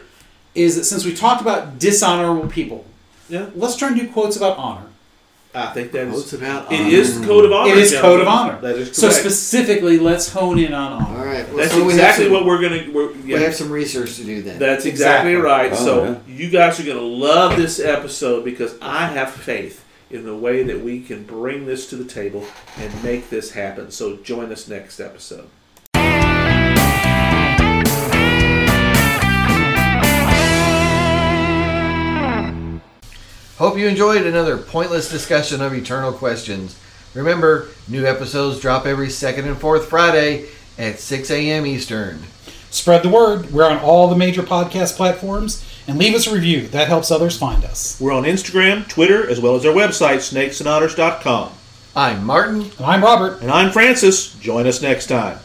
C: is that since we talked about dishonorable people,
A: Yeah.
C: let's try and do quotes about honor.
A: I think that is.
B: Quotes about um,
A: It
B: honor.
A: is Code of Honor.
C: it is
A: gentlemen.
C: code of honor.
A: That is correct.
C: so specifically, let's hone in on honor.
B: All right. Well,
A: that's
B: so we have
A: exactly
B: some-
A: what we're going to. We're, yeah.
B: We have some research to do then.
A: That's exactly,
C: Exactly.
A: right.
D: Oh,
A: so
D: yeah.
A: you guys are going to love this episode because I have faith in the way that we can bring this to the table and make this happen. So join us next episode.
B: Hope you enjoyed another pointless discussion of eternal questions. Remember, new episodes drop every second and fourth Friday at 6 a.m. Eastern.
C: Spread the word. We're on all the major podcast platforms, and leave us a review. That helps others find us.
A: We're on Instagram, Twitter, as well as our website, snakesandotters.com.
B: I'm Martin.
C: And I'm Robert.
A: And I'm Francis. Join us next time.